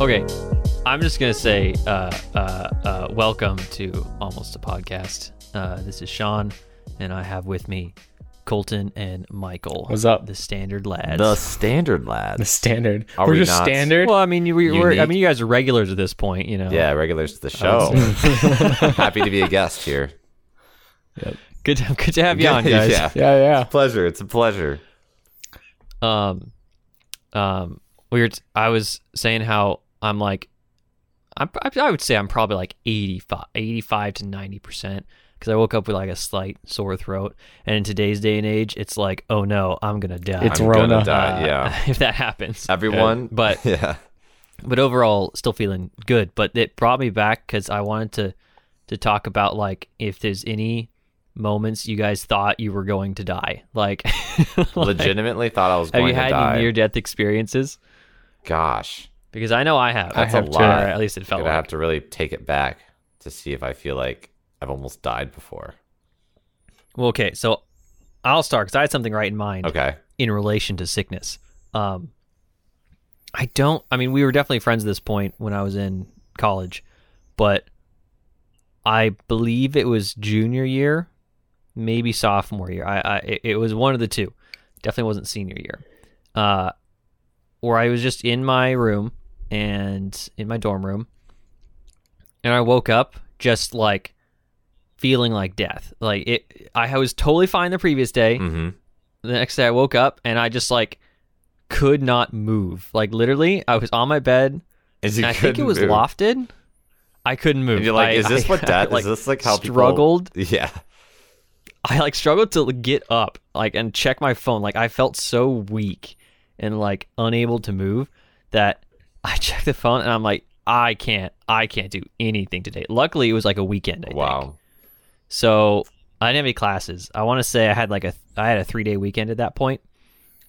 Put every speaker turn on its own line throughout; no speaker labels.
Okay, I'm just gonna say uh, uh, uh, welcome to Almost a Podcast. Uh, this is Sean, and I have with me Colton and Michael.
What's up?
The standard lads.
The standard
The
lads.
standard.
Are
We're
we
just
not?
standard.
well, I mean, you, we, we're, I
Unique.
mean, you guys are regulars at this point, you know.
Yeah, regulars to the
Oh,
show. Happy to be a guest here.
Good, to, good to have you on, guys.
yeah.
Yeah, yeah.
Pleasure. It's a pleasure.
um um we were t- i was saying how i'm like I'm, I, I would say i'm probably like 85 85 to 90 percent because i woke up with like a slight sore throat and in today's day and age it's like oh no i'm gonna die
It's
I'm
Rona.
gonna die.
Uh,
yeah.
if that happens
Everyone.
But-
yeah.
but overall still feeling good but it brought me back because i wanted to to talk about like if there's any moments you guys thought you were going to die like like,
Legitimately thought I was
have
going
you had
to die.
any near death experiences
Gosh.
Because I know I have.
That's
have
a
to-
Or
lot.
at least it
I'm
felt
gonna have
like.
to really take it back to see if I feel like I've almost died before.
Well, okay, so I'll start because I had something right in mind
Okay.
in relation to sickness. Um, I don't. I mean, we were definitely friends at this point when I was in college, but I believe it was junior year, maybe sophomore year. I, I it- it was one of the two. Definitely wasn't senior year. Uh, where I was just in my room and in my dorm room, and I woke up just like feeling like death. Like it, I was totally fine the previous day
hmm
the next day I woke up and I just like could not move. Like literally, I was on my bed.
Is
And I think it was lofted. I couldn't move.
And you're like,
I-
is this
I-
what
I,
death?
like,
is this like how people-
struggled?
Yeah.
I like struggled to get up, like and check my phone. Like I felt so weak and like unable to move that I checked the phone and I'm like, I can't, I can't do anything today. Luckily, it was like a weekend. I think.
Wow.
So I didn't have any classes. I want to say I had like a I had a three day weekend at that point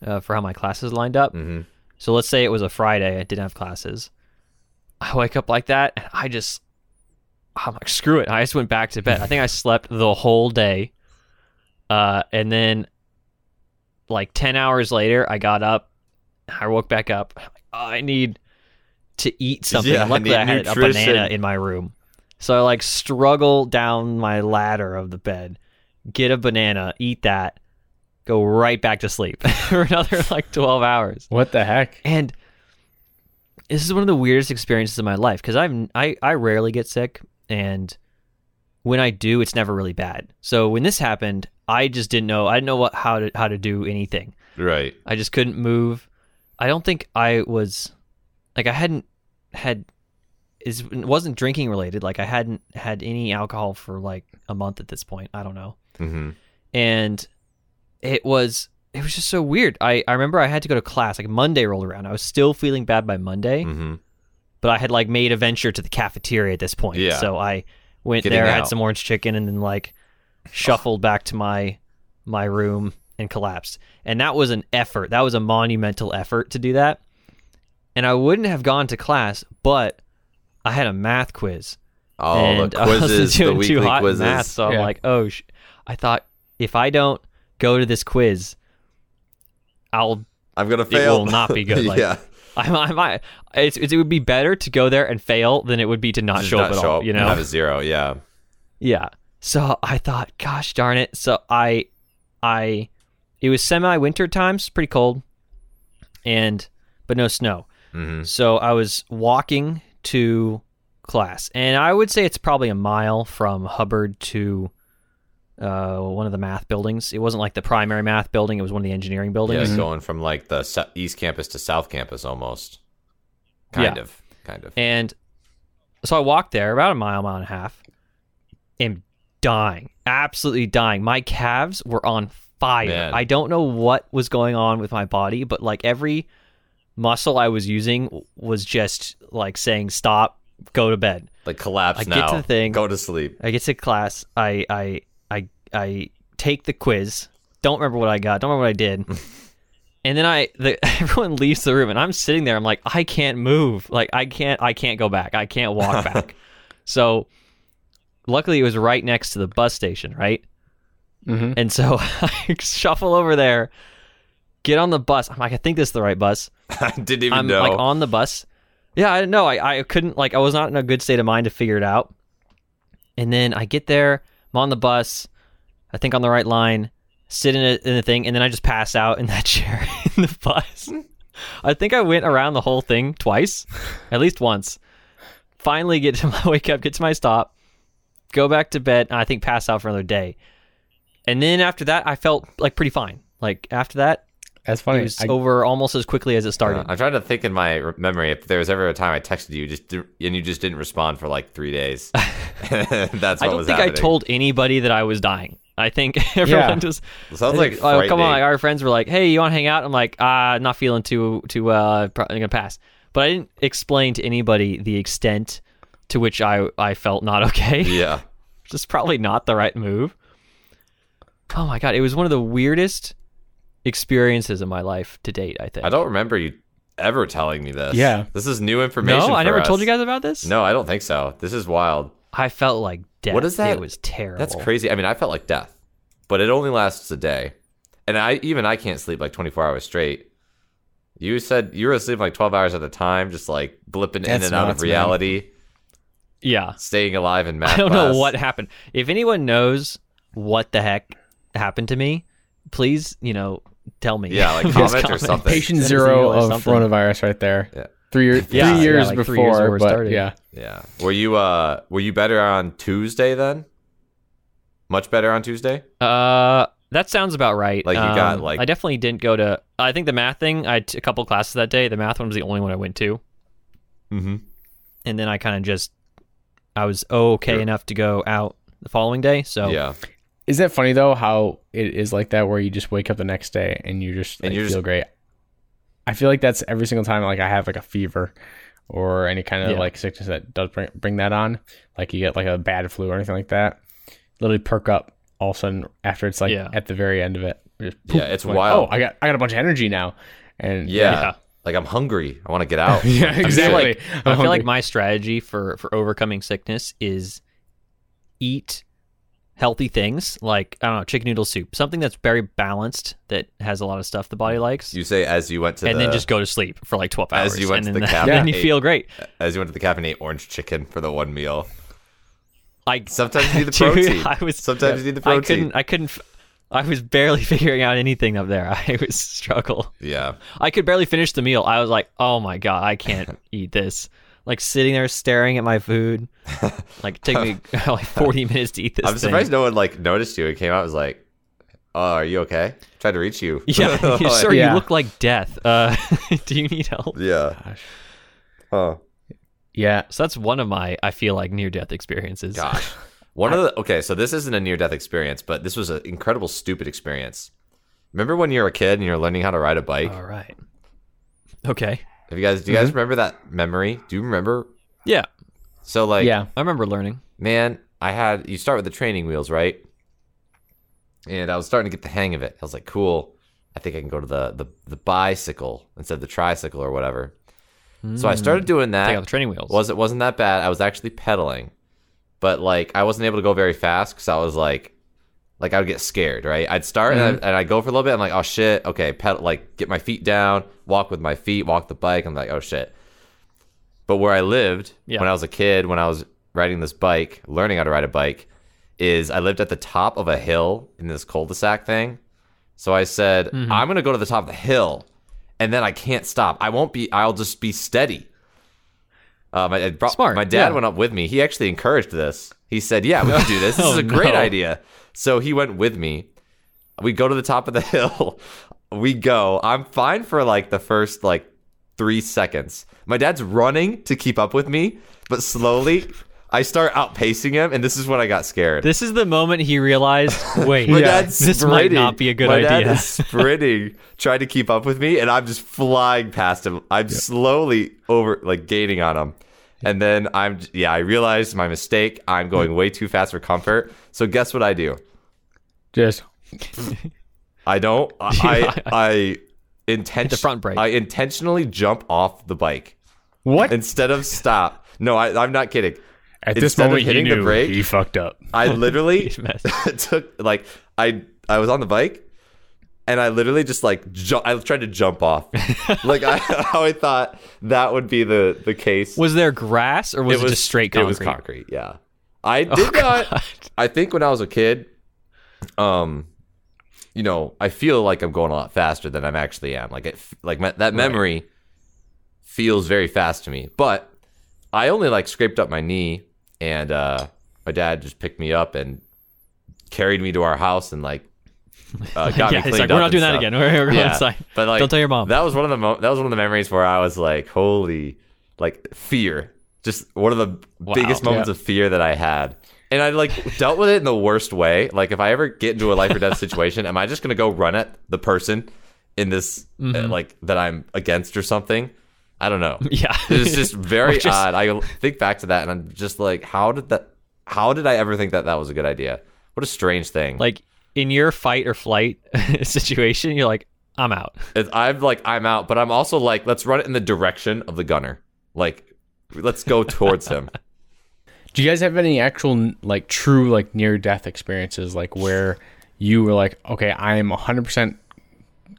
uh, for how my classes lined up.
hmm
So let's say it was a Friday. I didn't have classes. I wake up like that, and I just, I'm like, screw it. I just went back to bed. I think I slept the whole day, uh, and then, like ten hours later, I got up. I woke back up. I'm like, "Oh, I need to eat something.
Yeah, I
Luckily, I,
need
had a
nutrition.
banana in my room, so I like struggle down my ladder of the bed, get a banana, eat that, go right back to sleep for another like twelve hours.
What the heck?
And this is one of the weirdest experiences of my life because I'm I, I rarely get sick, and when I do, it's never really bad. So when this happened, I just didn't know. I didn't know what how to how to do anything.
Right.
I just couldn't move. I don't think I was like I hadn't had is it wasn't drinking related. Like I hadn't had any alcohol for like a month at this point. I don't know
hmm
and it was it was just so weird. I, I remember I had to go to class like Monday rolled around. I was still feeling bad by Monday,
hmm
but I had like made a venture to the cafeteria at this point.
Yeah.
So I went
Getting
there, had
out.
some orange chicken, and then like shuffled back to my my room and collapsed. And that was an effort. That was a monumental effort to do that. And I wouldn't have gone to class, but I had a math quiz
Oh,
and uh,
the quizzes,
I
the
was doing too
weekly
hot in
quizzes.
math, so I'm
Yeah.
like, oh, sh-. I thought if I don't go to this quiz, I'll
I'm gonna
it
fail.
will not be good. Like,
yeah.
I, I might. It's, it's, it would be better to go there and fail than it would be to not
Just
show
not
up at
show
all.
up
You
and
know?
have a zero. Yeah.
Yeah. So I thought, gosh darn it. So I, I, it was semi winter times, pretty cold, and but no snow.
hmm
So I was walking to class, and I would say it's probably a mile from Hubbard to uh, one of the math buildings. It wasn't like the primary math building; it was one of the engineering
Yeah,
buildings.
going from like the se- east campus to south campus almost. Kind
Yeah.
of. Kind of.
And so I walked there about a mile, mile and a half, and dying, absolutely dying. My calves were on fire.
Man.
I don't know what was going on with my body, but like every muscle I was using was just like saying, "Stop, go to bed."
like collapse
I get
now.
to the thing.
Go to sleep.
I get to class. I I I I take the quiz. Don't remember what I got. Don't remember what I did. and then I the, everyone leaves the room, and I'm sitting there. I'm like, I can't move. Like I can't. I can't go back. I can't walk back. so luckily, it was right next to the bus station, right?
Mm-hmm.
And so I shuffle over there, get on the bus. I'm like, I think this is the right bus.
I didn't even
I'm
know.
like on the bus. Yeah, I no, I, I couldn't like I was not in a good state of mind to figure it out. And then I get there, I'm on the bus, I think on the right line, sit in a, in the thing, and then I just pass out in that chair in the bus. I think I went around the whole thing twice, at least once. Finally, get to my wake up, get to my stop, go back to bed, and I think pass out for another day. And then after that, I felt like pretty fine. Like after that,
That's
it
funny.
was
Oh, I-
over almost as quickly as it started.
Uh, I'm trying to think in my re- memory if there was ever a time I texted you just di- and you just didn't respond for like three days. That's what
I don't
was
think
happening.
I told anybody that I was dying. I think everyone just
Sounds
I
like
think, oh, come on, like
frightening.
our friends were like, "Hey, you want to hang out?" I'm like, "Ah, not feeling too too well. I'm probably gonna pass." But I didn't explain to anybody the extent to which I I felt not okay.
Yeah.
which is probably not the right move. Oh my god, it was one of the weirdest experiences in my life to date. I think.
I don't remember you ever telling me this.
Yeah.
This is new information.
No, I
for
never
us.
told you guys about this.
No, I don't think so. This is wild.
I felt like death.
What is that?
It was terrible.
That's crazy. I mean, I felt like death, but it only lasts a day. And I even I can't sleep like 24 hours straight. You said you were asleep like 12 hours at a time, just like blipping in
That's
and out
nuts,
of
man.
reality,
Yeah.
staying alive in math.
I don't
class.
know what happened. If anyone knows what the heck happened to me, please, you know, tell me.
Yeah, like
Just
comment or something.
patient
Send us an
zero
email or
of
something.
coronavirus right there.
Yeah.
Three, year, three
Yeah, yeah,
years
like
before,
three years before it
but
started.
yeah,
Yeah. Were you uh were you better on Tuesday then? Much better on Tuesday?
Uh, that sounds about right. Um,
Like, you got, like-
I definitely didn't go to. I think the math thing. I had a couple classes that day. The math one was the only one I went to,
Mm-hmm.
and then I kind of just, I was okay
Sure.
enough to go out the following day. So
Yeah.
Isn't that funny though? How it is like that, where you just wake up the next day and you just
And
like,
you're
feel
just-
great. I feel like that's every single time. Like I have like a fever or any kind of
Yeah.
like sickness that does bring bring that on. Like you get like a bad flu or anything like that. Literally perk up all of a sudden after it's like
Yeah.
at the very end of it. Just
Yeah,
poof,
it's
like,
wild.
Oh, I got I got a bunch of energy now, and
Yeah.
Yeah.
Like I'm hungry. I want to get out.
yeah, exactly.
I
Oh,
feel like my strategy for for overcoming sickness is eat healthy things like I don't know chicken noodle soup, something that's very balanced that has a lot of stuff the body likes,
You say as you went to
and
the
then just go to sleep for like twelve
As
hours.
you went to
and then,
the cab-
then
Yeah.
you feel great.
as you went to the cafe and ate orange chicken for the one meal.
I
Sometimes you need the
Dude,
protein.
I was-
Sometimes you need the
I
protein.
couldn't I couldn't f- I was barely figuring out anything up there. I was struggle.
Yeah.
I could barely finish the meal. I was like, "Oh my god, I can't eat this." Like sitting there staring at my food. Like it took me like 40 minutes to eat this
I'm
thing.
surprised no one like noticed you. It came out and was like, "Oh, are you okay?" Tried to reach you.
Yeah, you- sir,
Yeah.
you look like death. Uh, do you need help?
yeah.
Gosh.
Huh.
yeah.
So that's one of my, I feel like, near death experiences.
Gosh. One of the okay, so this isn't a near death experience, but this was an incredible stupid experience. Remember when you were a kid and you're learning how to ride a bike?
All right. Okay.
Have you guys do you
mm-hmm.
guys remember that memory? Do you remember?
Yeah,
So like
yeah.
I remember learning.
man, I had you start with the training wheels, right? And I was starting to get the hang of it. I was like, cool. I think I can go to the the, the bicycle instead of the tricycle or whatever. So I started doing that.
Hmm. Mm. Take out the training wheels.
was it wasn't that bad. I was actually pedaling, but like I wasn't able to go very fast because I was like, like I would get scared, right? I'd start and, I, and I'd go for a little bit. I'm like, oh shit, okay, pedal, like get my feet down, walk with my feet, walk the bike. I'm like, oh shit. But where I lived
Yeah.
when I was a kid, when I was riding this bike, learning how to ride a bike, is I lived at the top of a hill in this cul-de-sac thing. So I said,
Mm-hmm.
I'm gonna go to the top of the hill, and then I can't stop. I won't be. I'll just be steady. Uh, my, it brought-
Smart,
my dad
yeah.
went up with me. He actually encouraged this. He said, "Yeah, we can do this. This is
Oh,
a great
no.
idea." So he went with me. We go to the top of the hill. We go. I'm fine for like the first like three seconds. My dad's running to keep up with me, but slowly I start outpacing him, and this is when I got scared.
this is the moment he realized, wait,
My
yeah,
dad's
this might
sprinting.
not be a good
My
idea.
dad is sprinting, trying to keep up with me, and I'm just flying past him. I'm slowly over, like gaining on him. And then I'm, yeah, I realized my mistake. I'm
Mm.
going way too fast for comfort. So guess what I do?
Just
I don't. I, I, I intent-
the front brake.
I intentionally jump off the bike
what?
instead of stop. No, I, I'm not kidding.
At
instead of hitting the brake-
he fucked up.
I literally
mess.
took like I I was on the bike and I literally just like ju- I tried to jump off. like I, I thought that would be the the case.
Was there grass or was it, just straight concrete? Oh,
It was concrete. Yeah, I did not. I think when I was a kid, um, you know, I feel like I'm going a lot faster than I'm actually am. Like it, f- like me- that memory feels very fast to me. But I only like scraped up my knee, and uh, my dad just picked me up and carried me to our house and like uh, got
yeah,
me cleaned
it's like
up.
we're not
and
doing that
stuff.
again. We're, we're going inside.
But like,
Don't tell your mom.
That was one of the mo- that was one of the memories where I was like, holy, like fear. Just one of the biggest moments of fear that I had. And I like dealt with it in the worst way. Like if I ever get into a life or death situation, am I just gonna go run at the person in this uh,
Mm-hmm.
like that I'm against or something? I don't know.
Yeah.
it's just very
Or just-
odd. I think back to that and I'm just like, how did that? How did I ever think that that was a good idea? What a strange thing.
Like in your fight or flight situation, you're like, I'm out.
It's, I'm like, I'm out, but I'm also like, let's run it in the direction of the gunner. Like, let's go towards him.
Do you guys have any actual like true like near death experiences like where you were like, okay, I am 100%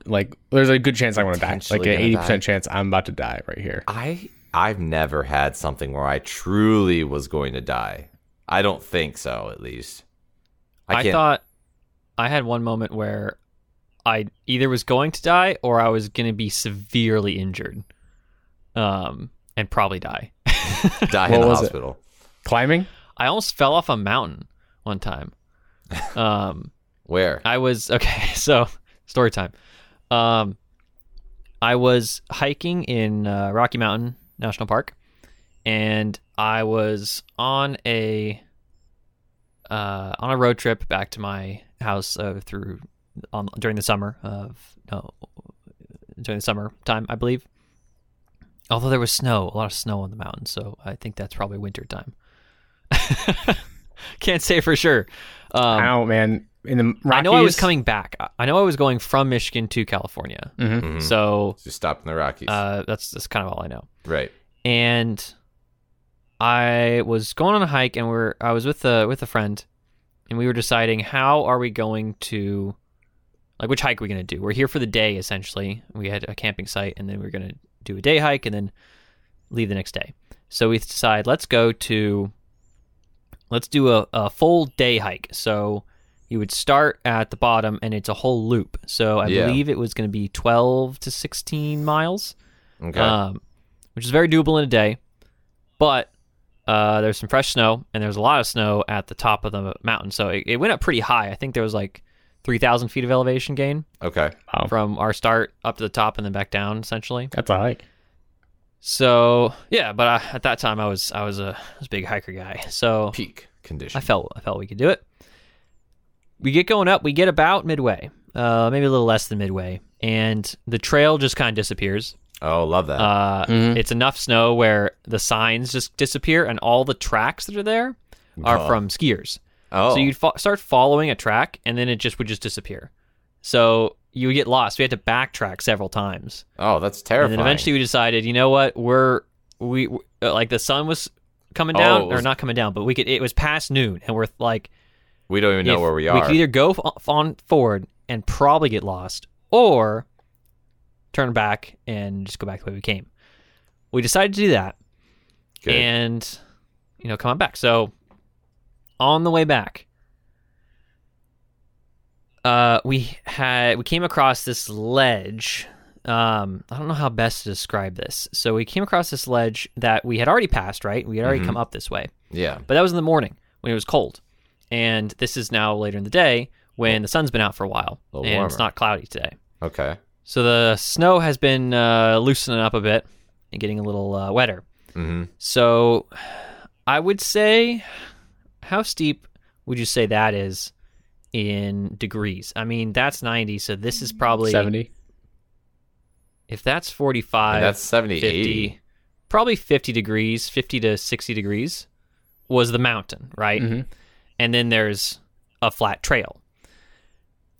like there's a good chance I'm going to die. Like
Potentially
an
gonna
80%
die.
chance I'm about to die right here.
I I've never had something where I truly was going to die. I don't think so, at least.
I, thought I had one moment where I either was going to die or I was going to be severely injured, um, and probably die.
die
What
in the
was it?
hospital.
Climbing?
I almost fell off a mountain one time. Um,
Where?
I was okay. So story time. Um, I was hiking in uh, Rocky Mountain National Park, and I was on a uh, on a road trip back to my house uh, through on, during the summer of no during the summer time, I believe. Although there was snow, a lot of snow on the mountain, so I think that's probably winter time. Can't say for sure. Um,
I don't, man. In the Rockies,
I know I was coming back. I- I know I was going from Michigan to California.
Mhm.
Mhm.
So
Just stopped in the Rockies.
uh, that's that's kind of all I know.
right.
And I was going on a hike, and we are I was with a with a friend, and we were deciding how are we going to, like, which hike are we going to do? We're here for the day essentially. We had a camping site, and then we are going to do a day hike, and then leave the next day. So we decide let's go to, let's do a, a full day hike. So you would start at the bottom, and it's a whole loop. So I
Yeah.
believe it was going to be twelve to sixteen miles
Okay.
um, which is very doable in a day. But uh, there's some fresh snow, and there's a lot of snow at the top of the mountain, so it, it went up pretty high. I think there was like 3,000 feet of elevation gain
okay.
from our start up to the top and then back down, essentially.
That's a hike.
So yeah, but I, at that time I was I was a, I was a big hiker guy, so
Peak condition.
I felt I felt we could do it. We get going up. We get about midway, uh, maybe a little less than midway, and the trail just kind of disappears.
oh, love that.
Uh,
Mhm.
Mm-hmm.
It's enough snow where the signs just disappear, and all the tracks that are there are
Oh.
from skiers.
oh.
So you'd fo- start following a track, and then it just would just disappear. So you would get lost. We had to backtrack several times,
oh, that's terrifying.
and then eventually we decided, you know what, we're we we- uh, like the sun was coming down
Oh, it was-
or not coming down, but we could. It was past noon, and we're like,
we don't even know
if-
where we are.
We could either go f- on forward and probably get lost, or turn back and just go back the way we came. We decided to do that
Good.
and you know come on back. So on the way back, uh, we had we came across this ledge. Um, I don't know how best to describe this. So we came across this ledge that we had already passed. Right, we had already
Mhm.
come up this way.
yeah.
But that was in the morning when it was cold. And this is now later in the day when the sun's been out for a while
A little
and it's
warmer.
not cloudy today.
Okay.
So the snow has been uh, loosening up a bit and getting a little uh, wetter.
hmm
So I would say, how steep would you say that is in degrees? I mean, that's 90. So this is probably,
70.
if that's 45,
that's 70, 80.
50, probably 50 degrees, 50 to 60 degrees was the mountain, right?
Mhm.
and then there's a flat trail.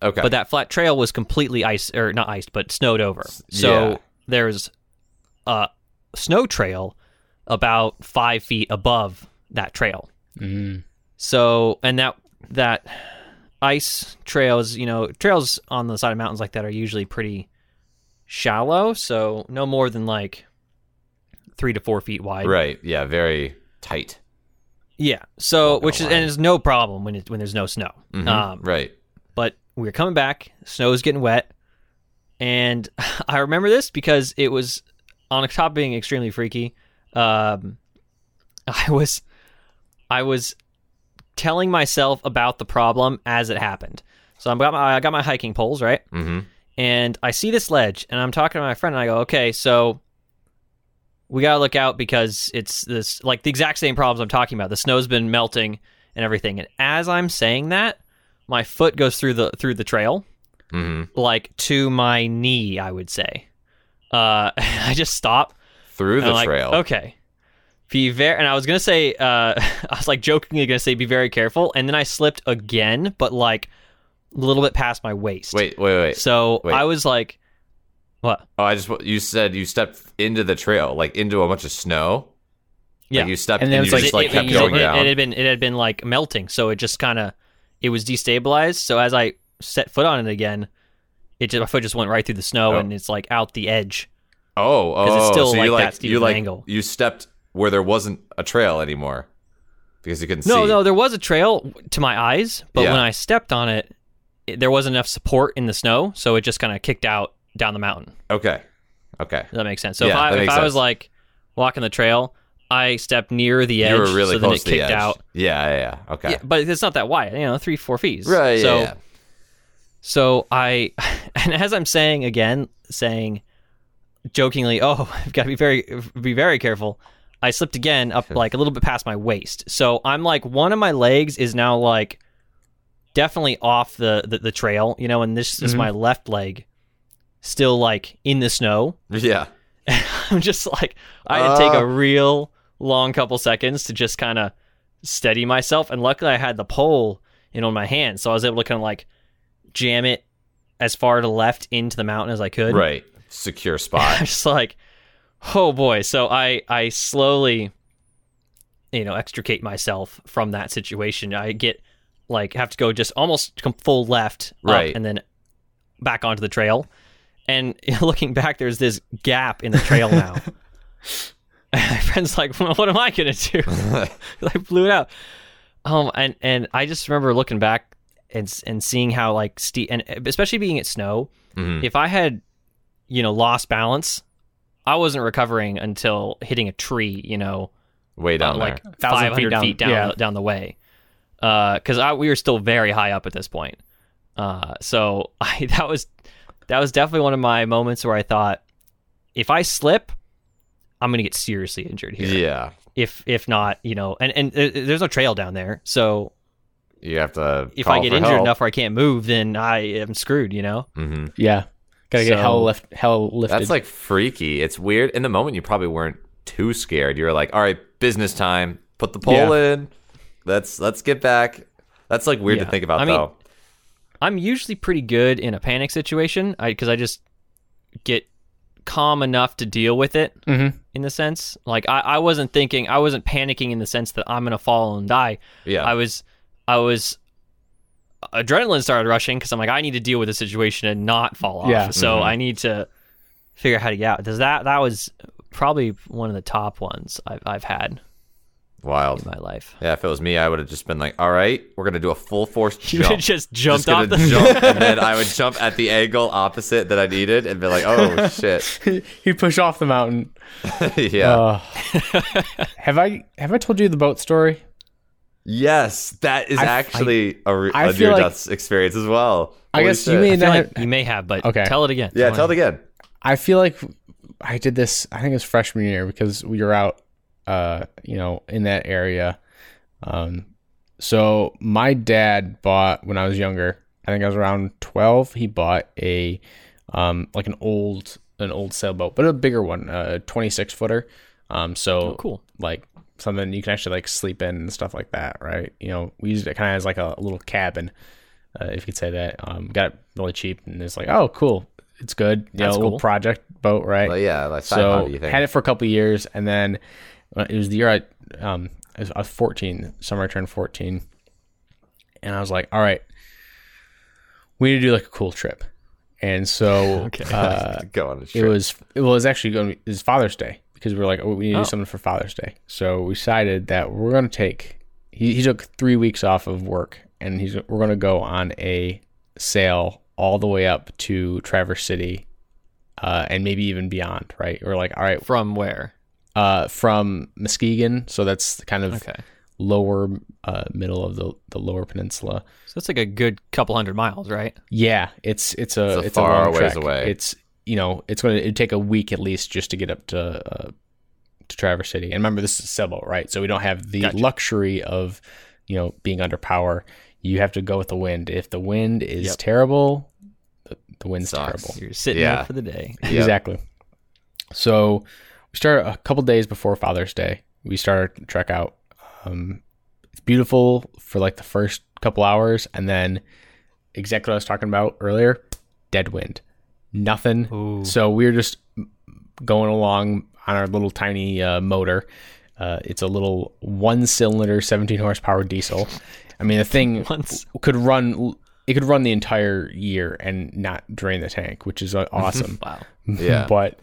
Okay.
But that flat trail was completely ice or not iced, but snowed over. So
yeah.
there's a snow trail about five feet above that trail.
Mm.
So and that that ice trails, you know, trails on the side of mountains like that are usually pretty shallow, so no more than like three to four feet wide.
right. Yeah, very tight.
Yeah.
Not
So
gonna
which is
lie.
and it's no problem when it when there's no snow.
Mhm,
Um,
right.
but we were coming back. Snow was getting wet, and I remember this because it was on top of being extremely freaky. Um, I was, I was telling myself about the problem as it happened. So I got my I got my hiking poles right,
Mm-hmm.
and I see this ledge, and I'm talking to my friend, and I go, okay, so. We gotta look out because it's this like the exact same problems I'm talking about. The snow's been melting and everything. And as I'm saying that, my foot goes through the through the trail
Mm-hmm.
like to my knee i would say uh i just stop
Through
and
the
I'm like,
trail.
okay be very and i was gonna say uh i was like jokingly gonna say be very careful and then i slipped again but like a little bit past my waist
Wait, wait, wait.
so
wait.
i was like what
Oh, I just you said you stepped into the trail, like into a bunch of snow.
Yeah.
Like you stepped
And
and, you
then it's like-
just like
it,
kept
it-
going
it-
down.
it had been it had been like melting so it just kind of it was destabilized so as i set foot on it again it just my foot just went right through the snow
Oh.
and it's like out the edge
oh, oh,
'Cause it's still
so
like
you
that
like
steep
you
of an
like
angle.
you stepped where there wasn't a trail anymore because you couldn't
No,
see.
no, there was a trail w- to my eyes, but
Yeah.
when I stepped on it, it, there wasn't enough support in the snow, so it just kind of kicked out down the mountain.
Okay, okay.
Does that make sense? So if
Yeah,
I
that
if
makes
I was
sense.
like walking the trail, I stepped near the edge,
you were really
so then it
close to the
kicked
edge.
out.
Yeah, yeah, yeah. Okay.
Yeah, but it's not that wide, you know, three four feet.
Right. Yeah.
So
yeah.
so I, and as I'm saying again, saying jokingly, "Oh, I've got to be very, be very careful." I slipped again up like a little bit past my waist, so I'm like one of my legs is now like definitely off the the, the trail, you know, and this is
Mhm.
my left leg still like in the snow.
Yeah.
I'm just like I had to take
Uh.
a real long couple seconds to just kind of steady myself, and luckily I had the pole in on my hand, so I was able to kind of like jam it as far to the left into the mountain as I could.
Right. Secure spot.
I'm just like, oh boy. So I I slowly, you know, extricate myself from that situation. I get like have to go just almost com- full left, up,
Right.
and then back onto the trail. And looking back, there's this gap in the trail now. And My friend's like, well, "What am I gonna do?"
Mm-hmm.
I blew it out. Um, and and I just remember looking back and s- and seeing how like steep and especially being at snow,
Mhm.
if I had, you know, lost balance, I wasn't recovering until hitting a tree, you know,
Way down there.
like
Thousand feet
500 feet down,
down,
down,
yeah.
the way. Because I we were still very high up at this point. Uh, so I, that was that was definitely one of my moments where I thought, if I slip, I'm gonna get seriously injured here.
yeah.
If if not, you know, and and there- there's no trail down there, so
You have to.
if
call
I get
for
injured
help.
enough where I can't move, then I am screwed. You know.
Mhm.
Yeah. Gotta get
So-
hell left hell lifted.
That's like freaky. It's weird. In the moment, you probably weren't too scared. You were like, "All right, business time. Put the pole
Yeah.
in. Let's let's get back." That's like weird
Yeah.
to think about,
I mean-
though.
I'm usually pretty good in a panic situation because I, just get calm enough to deal with it
Mhm.
in the sense. Like I, I wasn't thinking, I wasn't panicking in the sense that I'm gonna fall and die.
Yeah,
I was, I was, uh, adrenaline started rushing because I'm like, I need to deal with the situation and not fall off.
Yeah.
So
Mhm.
I need to figure out how to get out. Does that, that was probably one of the top ones I've, I've had in
wild.
my life.
Yeah, if it was me, I would have just been like, "All right, we're gonna do a full force
You
jump."
just
Just
jumped
gonna
off the
jump, and then I would jump at the angle opposite that I needed, and be like, "Oh shit!"
he pushed off the mountain.
yeah.
Uh, have I have I told you the boat story?
yes, that is
I-
actually a re-
I
a
feel
near
like-
death experience as well.
I
Holy
guess you
shit.
may
I feel
not.
like you may have, but
Okay.
tell it again.
Yeah, tell it again.
I feel like I did this. I think it was freshman year because we were out, uh, you know, in that area. Um, so my dad bought when I was younger. I think I was around twelve. He bought a, um, like an old an old sailboat, but a bigger one, a twenty six footer. Um, so
Oh, cool.
like something you can actually like sleep in and stuff like that, right? You know, we used it kind of as like a little cabin, uh, if you could say that. Um, got it really cheap, and it's like, oh, cool, it's good. You
That's
know, little
cool.
project boat, right?
But yeah, like side
so
hobby, you think?
had it for a couple years, and then uh, it was the year I um I was, I was fourteen, summer I turned fourteen, and I was like, all right, we need to do like a cool trip. And so
Okay.
uh,
go on a
it
trip.
was well, it was actually going to be it was Father's Day because we were like, oh, we need to
Oh.
do something for Father's Day. So we decided that we're going to take. He, he took three weeks off of work, and he's we're going to go on a sail all the way up to Traverse City, uh, and maybe even beyond. Right? We're like, all right,
From where?
uh, from Muskegon, so that's kind of
Okay.
lower uh, middle of the the lower peninsula.
So that's like a good couple hundred miles, right?
Yeah, it's it's a
It's
it's
a
a,
far
long
ways
trek.
away.
It's you know it's going to take a week at least just to get up to uh, to Traverse City. And remember, this is a sailboat, right? So we don't have the
Gotcha.
luxury of you know being under power. You have to go with the wind. If the wind is
Yep.
terrible, the, the wind's
Sucks.
terrible.
You're sitting
Yeah.
up for the day.
Yep.
Exactly. So we start a couple days before Father's Day. We start our trek out. Um, it's beautiful for like the first couple hours, and then exactly what I was talking about earlier, dead wind, nothing.
Ooh.
So we we're just going along on our little tiny uh, motor. Uh, it's a little one-cylinder, 17 horsepower diesel. I mean, the thing
Once.
could run. It could run the entire year and not drain the tank, which is uh, awesome.
Wow.
Yeah.
but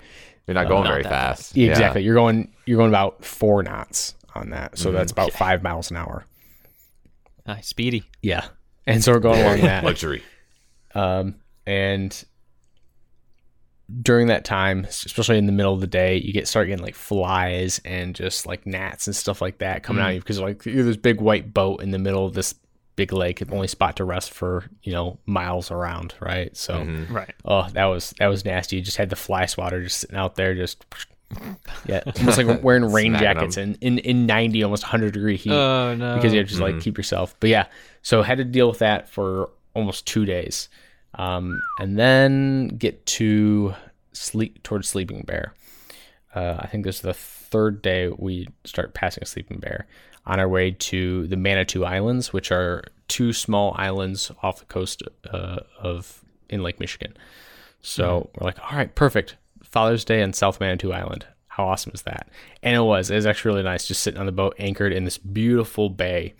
You're not going
not
very
that
fast. Yeah.
exactly, you're going you're going about four knots on that,
Mm-hmm.
so that's about five miles an hour.
Nice, speedy.
Yeah, and so we're going along that.
Luxury.
Um, and during that time, especially in the middle of the day, you get start getting like flies and just like gnats and stuff like that coming out of
Mm.
you because like you're this big white boat in the middle of this big lake, the only spot to rest for you know miles around, right? So.
Mhm.
Right.
Oh, that was that was nasty. You just had the fly swatter just sitting out there, just yeah, almost like wearing rain
Smacking
jackets in, in in ninety, almost hundred degree heat
Oh no.
because you have to just like keep yourself. But yeah, so had to deal with that for almost two days, um, and then get to sleep towards Sleeping Bear. Uh, I think this is the third day we start passing Sleeping Bear on our way to the Manitou Islands, which are two small islands off the coast uh, of in Lake Michigan. So we're like, all right, perfect. Father's Day on South Manitou Island. How awesome is that? And it was. It was actually really nice just sitting on the boat, anchored in this beautiful bay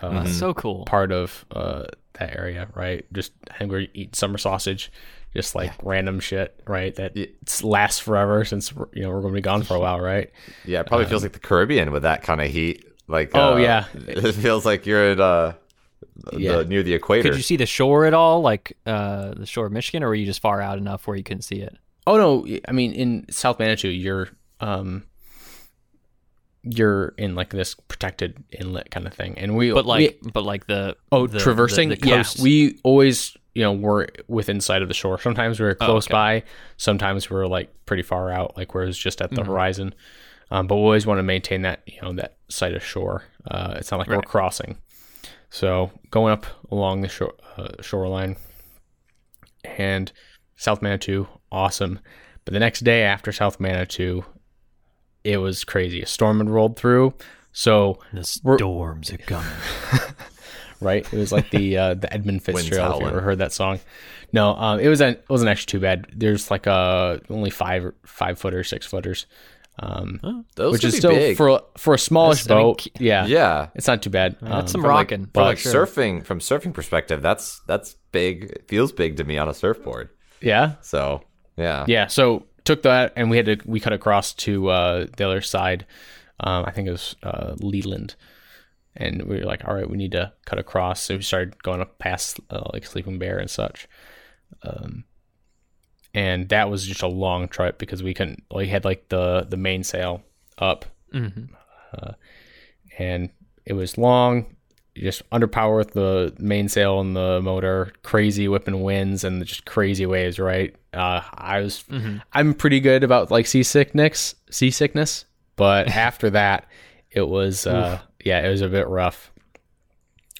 Uh-huh.
Oh, that's so cool.
part of uh, that area, right? Just I think we eat summer sausage, just like random shit, right? That s- lasts forever since we're- you know we're going to be gone for a while, right?
Yeah, it probably feels like the Caribbean with that kind of heat. Like,
Oh,
uh,
yeah.
it feels like you're at uh, the,
Yeah.
near the equator.
Could you see the shore at all, like uh, the shore of Michigan, or were you just far out enough where you couldn't see it?
Oh no, I mean in South Manitou, you're um you're in like this protected inlet kind of thing, and we
But
we-
like, but like the
Oh,
the-
traversing.
the, the
yeah,
coast.
we always you know were within sight of the shore. Sometimes we were close
Oh, okay.
by. Sometimes we were like pretty far out, like where it was just at the
Mm-hmm.
horizon. Um, but we always want to maintain that you know that sight of shore. Uh, it's not like we're
Right.
crossing. So going up along the shore, uh, shoreline, and South Manitou, awesome. But the next day after South Manitou, it was crazy. A storm had rolled through, so
the
we're-
storms are coming.
right? It was like the uh, the Edmund
Wind's
Fitzgerald. If you
howling.
ever heard that song? No, um, it was it wasn't actually too bad. There's like uh only five five footers, six footers, um,
Those
which
could
is
be
still
big.
for a- for a smallish
That's- I mean,
boat.
ki-
yeah,
yeah.
it's not too bad.
That's
Um,
some rocking.
But
for
like
sure.
surfing from surfing perspective, that's that's big. It feels big to me on a surfboard.
yeah,
So yeah,
yeah. So took that and we had to we cut across to uh, the other side. Um, I think it was uh, Leland. And we were like, all right, we need to cut across. So we started going up past uh, like Sleeping Bear and such. Um, and that was just a long trip because we couldn't like had like the the mainsail up
Mhm.
and it was long just under power with the mainsail and the motor crazy whipping winds and just crazy waves right uh i was
mm-hmm.
i'm pretty good about like seasickness seasickness but after that it was uh yeah it was a bit rough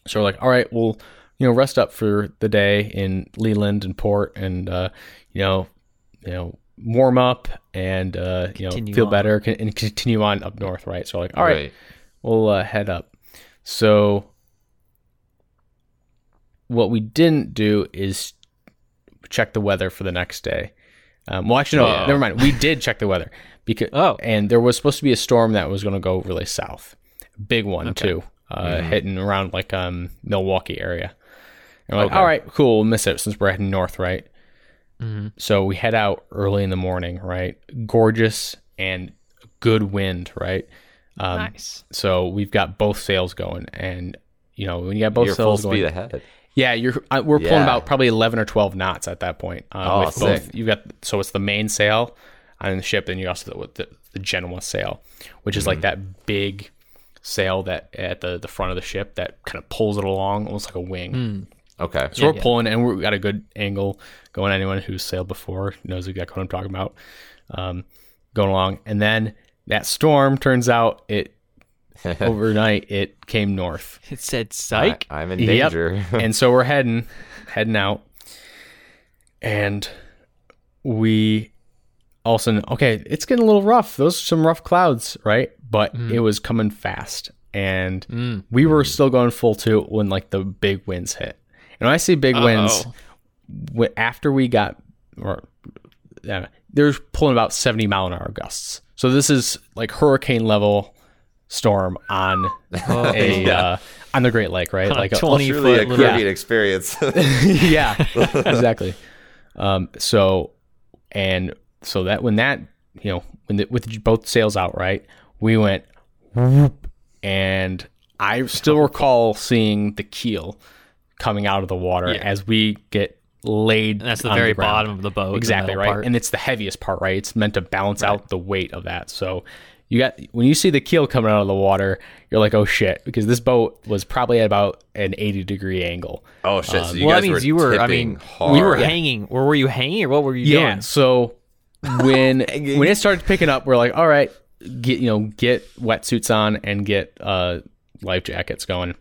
so we're like all right we'll you know rest up for the day in leland and port and uh you know you know warm up and uh you know
Continue
feel
on.
better con- and continue on up north right so like all right we'll uh, head up. So, what we didn't do is check the weather for the next day. Um, well, actually, no,
Yeah.
never mind. We did check the weather because
Oh.
and there was supposed to be a storm that was going to go really south, big one too, uh, hitting around like um, Milwaukee area. And we're like,
Okay.
all right, cool, we'll miss it since we're heading north, right?
Mhm.
So we head out early in the morning, right? Gorgeous and good wind, right? Um,
nice.
So we've got both sails going, and you know when you got both
You're full
sails going,
speed ahead.
yeah, you're uh, we're pulling
Yeah.
about probably eleven or twelve knots at that point. Uh,
Oh,
with
sick.
both you've got so it's the main sail on the ship, and you also with the, the Genoa sail, which is like
Mm-hmm.
that big sail that at the the front of the ship that kind of pulls it along, almost like a wing.
Hmm. Okay.
So we're pulling, and we've got a good angle going. Anyone who's sailed before knows exactly what I'm talking about. Um, going along, and then that storm turns out it overnight it came north.
It said
I,
psych.
I'm in
Yep.
danger.
and so we're heading heading out and we all of a sudden okay it's getting a little rough those are some rough clouds right but it was coming fast and
Mm.
we were still going full two when like the big winds hit and when i say big winds
Uh-oh.
wh- after we got or uh, they're pulling about 70 mile an hour gusts so this is like hurricane level storm on
Oh,
a uh, on the great lake right
On a
like a-
20
It's really a
Foot little-
Caribbean experience.
yeah, exactly. Um, so, and so that when that you know when the, with both sails out, right, we went, whoop, and I still recall seeing the keel coming out of the water
Yeah.
as we get laid.
And that's the
on
very
ground.
bottom of the boat. the
Exactly
metal
right,
part.
and it's the heaviest part, right? It's meant to balance out the weight of that. So. You got when you see the keel coming out of the water, you're like, "Oh shit!" Because this boat was probably at about an 80 degree angle.
oh shit! So you
well,
guys
that means
were
you were. I
tipping
mean,
hard.
we were hanging. Or were you hanging? Or what were you
Yeah.
doing?
So when when it started picking up, we're like, all right, get you know, get wetsuits on and get uh life jackets going.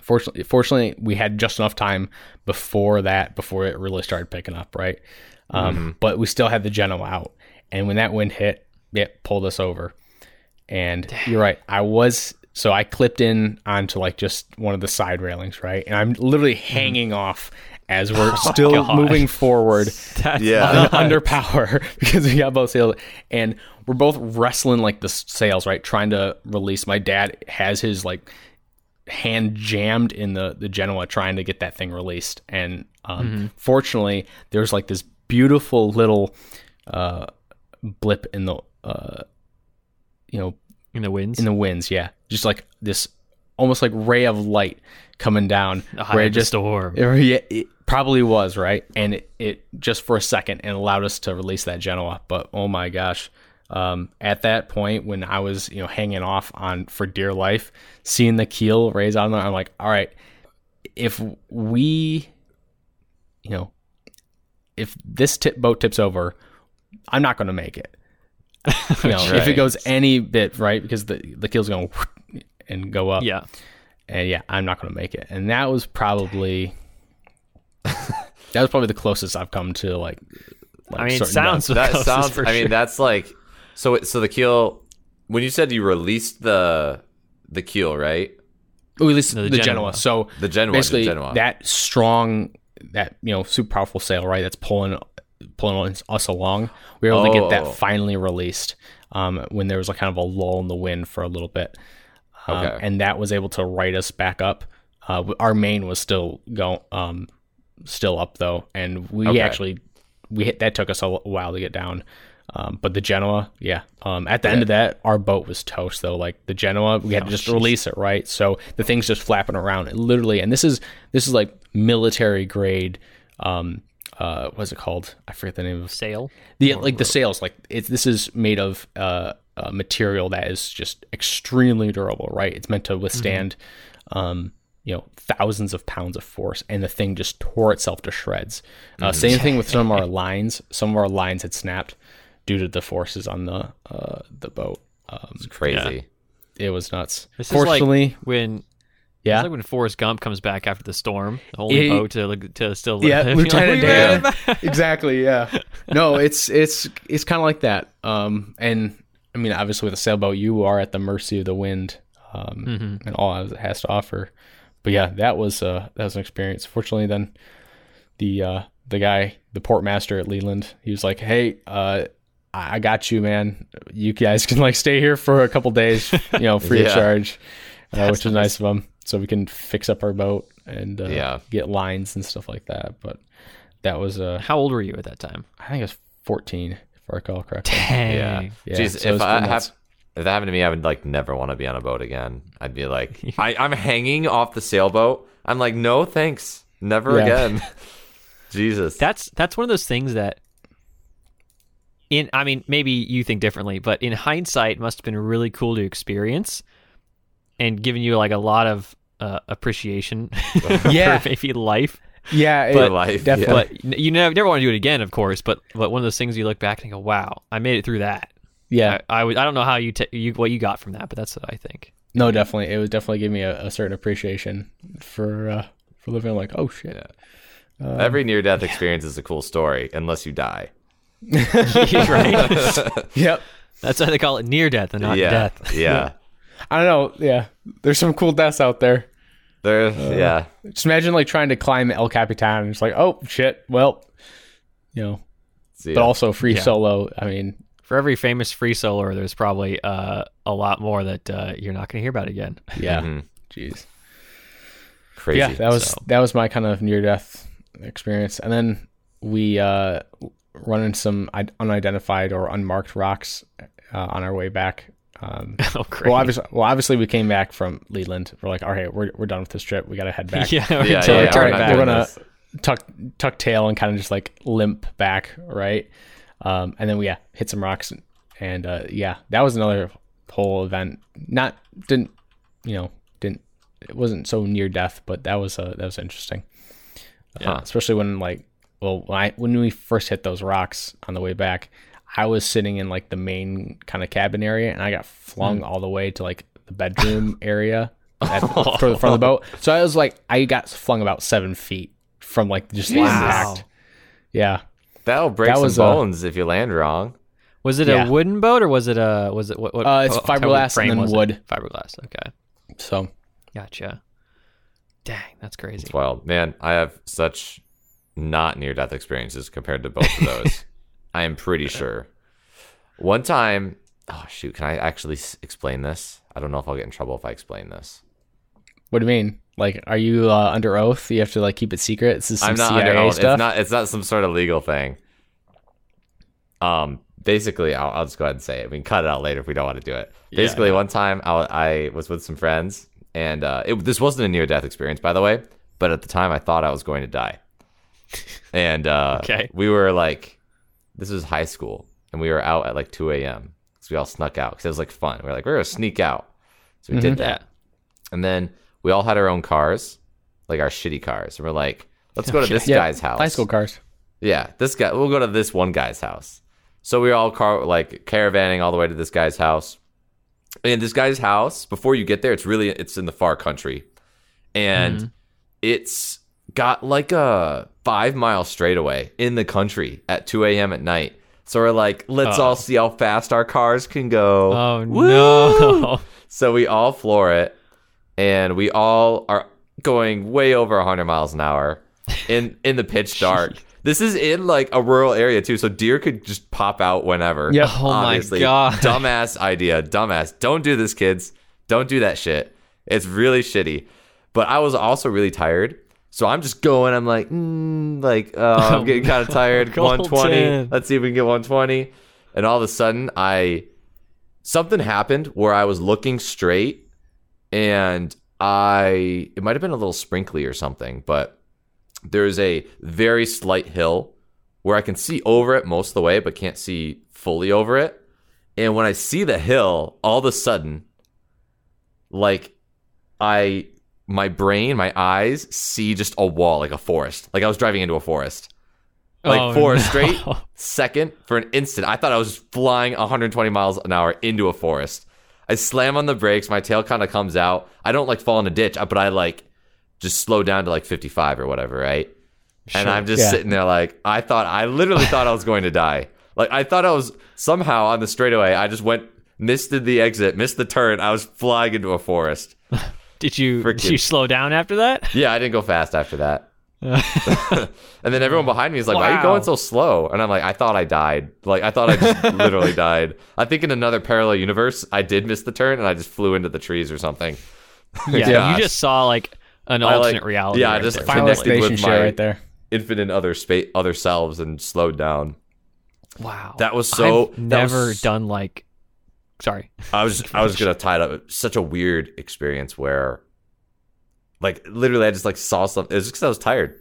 Fortunately, fortunately, we had just enough time before that before it really started picking up, right? Um, But we still had the Genoa out, and when that wind hit, it pulled us over. And you're right, I was so I clipped in onto like just one of the side railings, right? And I'm literally hanging off as we're Mm-hmm. still
God.
moving forward
That's
Yeah.
not-
under power because we got both sails and we're both wrestling like the s- sails right trying to release my dad has his like hand jammed in the the genoa trying to get that thing released and um fortunately there's like this beautiful little uh blip in the uh you know
in the winds.
in the winds yeah just like this almost like ray of light coming down
Hide
where it
the
just
storm.
it, yeah, it probably was right, and it, it just for a second and allowed us to release that Genoa. But oh my gosh, um, at that point when I was you know hanging off on for dear life, seeing the keel raise on there, I'm like, all right, if we, you know, if this tip boat tips over, I'm not going to make it. You know, if it
Right.
goes any bit right, because the the keel's going to and go up
yeah.
and yeah, I'm not gonna make it. And that was probably that was probably the closest I've come to like. like
I mean, it
certain
sounds
death.
that
close,
sounds.
for
I mean,
sure.
that's like. So it- so the keel. When you said you released the the keel, right?
Or at least
No,
the,
the Genoa.
Genoa. So
The Genoa.
basically,
the Genoa.
that strong, that you know, super powerful sail, right? That's pulling pulling us along. We were able to get
Oh.
that finally released um, when there was like kind of a lull in the wind for a little bit, um,
Okay.
and that was able to right us back up. Uh, our main was still go um, still up though, and we
Okay.
actually we hit that took us a while to get down. Um, but the Genoa, yeah. Um, at the end of that, our boat was toast though. Like the Genoa, we had to just release it, right? So the thing's just flapping around, It literally. And this is this is like military grade. Um, uh, what's it called? I forget the name of
sail.
the like the sails. Like it's this is made of uh, uh material that is just extremely durable, right? It's meant to
Mm-hmm.
withstand, um, you know, thousands of pounds of force, and the thing just tore itself to shreds.
Mm-hmm.
Uh, same thing with some of our lines. Some of our lines had snapped due to the forces on the uh the boat. Um,
it's crazy.
it was nuts.
This
Fortunately,
is like when
yeah.
It's like when Forrest Gump comes back after the storm, the only
It-
boat to to still live.
Yeah,
You're
Lieutenant
like, "We made it
Dan. exactly. Yeah. No, it's it's it's kind of like that. Um, and I mean, obviously, with a sailboat, you are at the mercy of the wind, um, and all it has to offer. But yeah, that was uh that was an experience. Fortunately, then the uh the guy, the port master at Leland, he was like, "Hey, uh." I I got you, man. You guys can like stay here for a couple days, you know, free
Yeah.
of charge. uh, which was nice of them. So we can fix up our boat and uh,
Yeah.
get lines and stuff like that. But that was, uh,
How old were you at that time?
I think it was 14, if I recall correctly.
Dang.
Yeah. Jeez,
so
if
it's
I
been
have
nuts.
if that happened to me, I would like never want to be on a boat again. I'd be like, I, I'm hanging off the sailboat. I'm like, no, thanks, never
Yeah.
again. Jesus,
That's that's one of those things that in I mean, maybe you think differently, but in hindsight must have been really cool to experience and given you like a lot of uh, appreciation
Yeah.
for maybe life.
yeah, it,
For life,
definitely.
But n- you never, never want to do it again, of course, but but one of those things you look back and go, "Wow, I made it through that."
yeah,
I, I, would- I don't know how you, ta you what you got from that, but that's what I think.
no, definitely. It was definitely giving me a, a certain appreciation for, uh, for living. I'm like, oh shit.
every near death experience is a cool story unless you die.
right?
Yep.
That's why they call it near death and not
yeah,
death.
yeah,
I don't know. Yeah. There's some cool deaths out there.
there,
Uh,
yeah.
Just imagine like trying to climb El Capitan and it's like, oh shit, well, you know,
See
but
ya.
also free
Yeah.
solo. I mean,
For every famous free soloer, there's probably uh, a lot more that uh, you're not going to hear about again.
yeah,
Mhm.
jeez,
crazy.
yeah, that was
so.
that was my kind of near death experience. And then we uh, run into some i- unidentified or unmarked rocks uh, on our way back. Um,
oh, great.
well, obviously, well, obviously, we came back from Leland. We're like, all right, we're we're done with this trip. We gotta head back.
yeah,
yeah,
right.
yeah,
So
yeah,
I turned
we're not
back.
doing
We're gonna-
this.
tuck tuck tail and kind of just like limp back, right? Um, and then we yeah, hit some rocks and, and uh, yeah, that was another whole event. Not didn't you know didn't it wasn't so near death, but that was uh, that was interesting.
Yeah.
Uh, especially when like well when I when we first hit those rocks on the way back, I was sitting in like the main kind of cabin area and I got flung all the way to like the bedroom area at the, toward the front of the boat. So I was like I got flung about seven feet from like just the
Jesus.
impact. Yeah.
That'll break
that
some
was uh, a-
bones if you land wrong.
Was it
Yeah.
a wooden boat or was it a was it what? what
Uh, it's
what type of
fiberglass
frame
and then
was it?
wood.
Fiberglass. Okay,
So
gotcha. Dang, that's crazy.
It's wild, man. I have such not near death experiences compared to both of those. I am pretty sure. One time, oh shoot, can I actually s- explain this? I don't know if I'll get in trouble if I explain this.
what do you mean? Like are you uh, under oath? You have to like keep it secret. This is some
I'm not
CIA
under oath.
stuff.
It's not. It's not some sort of legal thing. Um. Basically, I'll, I'll just go ahead and say it. We can cut it out later if we don't want to do it. Basically, one time I, I was with some friends, and uh, it, this wasn't a near death experience, by the way. But at the time, I thought I was going to die. And uh,
Okay.
we were like, this was high school, and we were out at like 2 a.m. because we all snuck out because it was like fun. We were like, we're gonna sneak out, so we
Mm-hmm.
did that. And then we all had our own cars, like our shitty cars, and we're like, let's go to this
Oh, Yeah,
guy's house.
High school cars.
Yeah, this guy. We'll go to this one guy's house. So we were all car like caravanning all the way to this guy's house. And this guy's house, before you get there, it's really it's in the far country, and
Mm-hmm.
it's got like a five mile straightaway in the country at two a.m. at night. So we're like, let's
Uh.
all see how fast our cars can go.
Oh
Woo!
no!
So we all floor it, and we all are going way over 100 miles an hour in in the pitch dark. this is in like a rural area too, so deer could just pop out whenever.
Yep.
Oh my God.
Dumbass idea, dumbass. Don't do this, kids. Don't do that shit. It's really shitty. But I was also really tired. So I'm just going. I'm like, mm, like uh, I'm getting kind of tired.
Colton.
120. Let's see if we can get 120. And all of a sudden, I something happened where I was looking straight and I it might have been a little sprinkly or something, but there's a very slight hill where I can see over it most of the way, but can't see fully over it. And when I see the hill, all of a sudden, like I my brain, my eyes see just a wall, like a forest. Like I was driving into a forest. Like
Oh,
for a
no.
straight second, for an instant, I thought I was flying 120 miles an hour into a forest. I slam on the brakes, my tail kind of comes out. I don't like fall in a ditch, uh, but I like just slow down to like 55 or whatever, right? and I'm just
Yeah.
sitting there like I thought I literally thought I was going to die. Like I thought I was somehow on the straightaway. I just went missed the exit, missed the turn. I was flying into a forest.
Did you
Frickin-
did you slow down after that?
Yeah, I didn't go fast after that. and then everyone behind me is like, "Why are you
Wow.
going so slow?" And I'm like, "I thought I died. Like I thought I just literally died. I think in another parallel universe, I did miss the turn and I just flew into the trees or something."
Yeah,
Gosh.
you just saw like an
I, like-
alternate reality.
yeah, I
right
just
there.
found
Final
Connected with
station
my-
share right there.
infinite other space, other selves, and slowed down.
wow.
That was so.
I've
that was
never done like. Sorry.
I was I was gonna tie it up. It's Such a weird experience where, like, literally, I just like saw something. It's just because I was tired.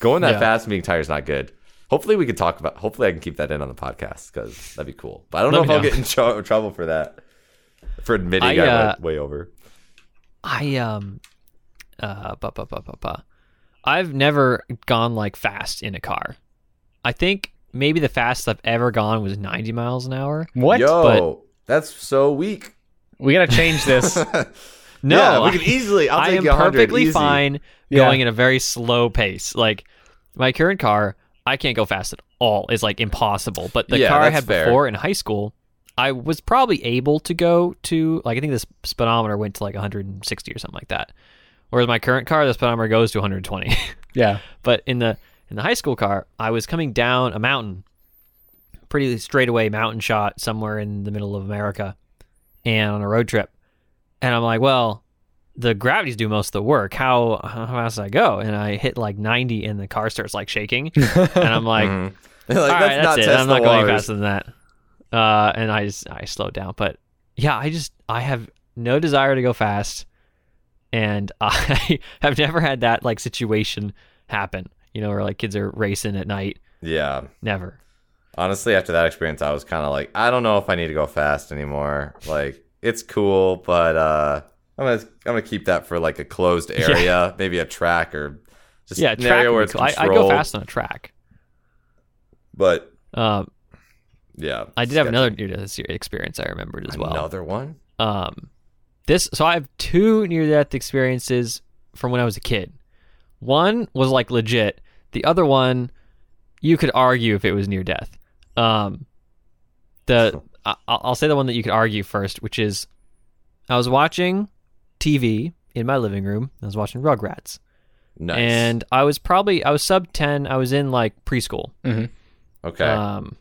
Going that
Yeah.
fast and being tired is not good. Hopefully, we can talk about. Hopefully, I can keep that in on the podcast because that'd be cool. But I don't
Let
know
me
if I'll
know.
get in tr- trouble for that for admitting I,
I, uh,
went way over.
I um, uh, ba ba ba ba ba. I've never gone like fast in a car. I think maybe the fastest I've ever gone was 90 miles an hour.
What?
Yo, that's so weak.
We gotta change this.
No,
Yeah, we
I-
can easily. I'll
I
take
am
you 100
perfectly
easy.
fine
Yeah.
going at a very slow pace. Like my current car, I can't go fast at all. It's like impossible. But the
Yeah,
car I
that's
had
fair.
before in high school, I was probably able to go to like I think this speedometer went to like 160 or something like that. Whereas my current car, the speedometer goes to 120.
yeah.
but in the in the high school car, I was coming down a mountain, pretty straightaway mountain shot somewhere in the middle of America, and on a road trip, and I'm like, well, the gravity's do most of the work. How how fast did I go? And I hit like 90, and the car starts like shaking, and I'm like,
Mhm. like,
all right,
let's
that's
not
it.
test
I'm
the
not going any
waters.
faster than that. Uh, and I just I slowed down, but yeah, I just I have no desire to go fast, and I have never had that like situation happen. You know, where like kids are racing at night.
Yeah.
Never.
honestly after that experience i was kind of like i don't know if i need to go fast anymore like it's cool but uh i'm gonna i'm gonna keep that for like a closed area maybe a track or just
yeah,
an
track.
area
would
where
be
it's
cool. I, I go
controlled.
fast on a track.
but
Um,
yeah
I did have
sketchy.
another near death experience I remembered as well.
another one
um this so i have two near death experiences from when i was a kid one was like legit the other one you could argue if it was near death um the I, i'll I'll say the one that you could argue first which is i was watching tv in my living room i was watching rugrats
nice
and i was probably i was sub 10 i was in like preschool
okay
um,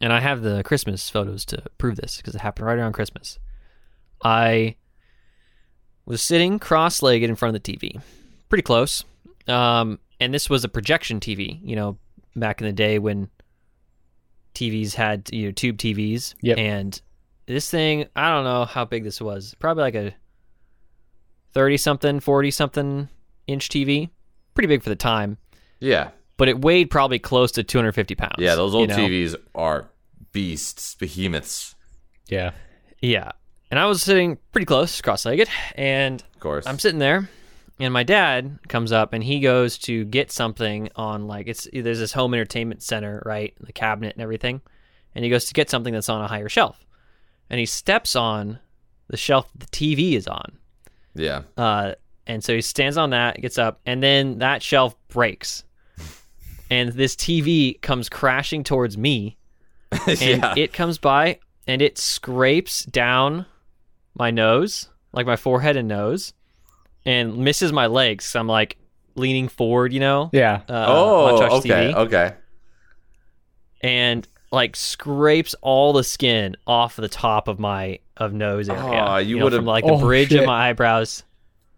and I have the Christmas photos to prove this because it happened right around Christmas. I was sitting cross legged in front of the TV, pretty close. Um, and this was a projection TV, you know, back in the day when TVs had, you know, tube TVs.
Yep.
And this thing, I don't know how big this was. Probably like a 30 something, 40 something inch TV. Pretty big for the time
yeah
but it weighed probably close to 250 pounds.
yeah those old
you know?
tvs are beasts behemoths
Yeah.
Yeah. And I was sitting pretty close, cross legged, and
of course
I'm sitting there, and my dad comes up and he goes to get something on like it's there's this home entertainment center, right? The cabinet and everything. And he goes to get something that's on a higher shelf. And he steps on the shelf the TV is on.
yeah
Uh, and so he stands on that, gets up, and then that shelf breaks. And this TV comes crashing towards me, and
yeah
it comes by and it scrapes down my nose, like my forehead and nose, and misses my legs. So I'm like leaning forward, you know.
Yeah.
Uh,
oh
watch- watch
okay okay
And like scrapes all the skin off the top of my of nose area.
Aw, you
know,
would've-
from like
Oh,
the bridge
shit.
of my eyebrows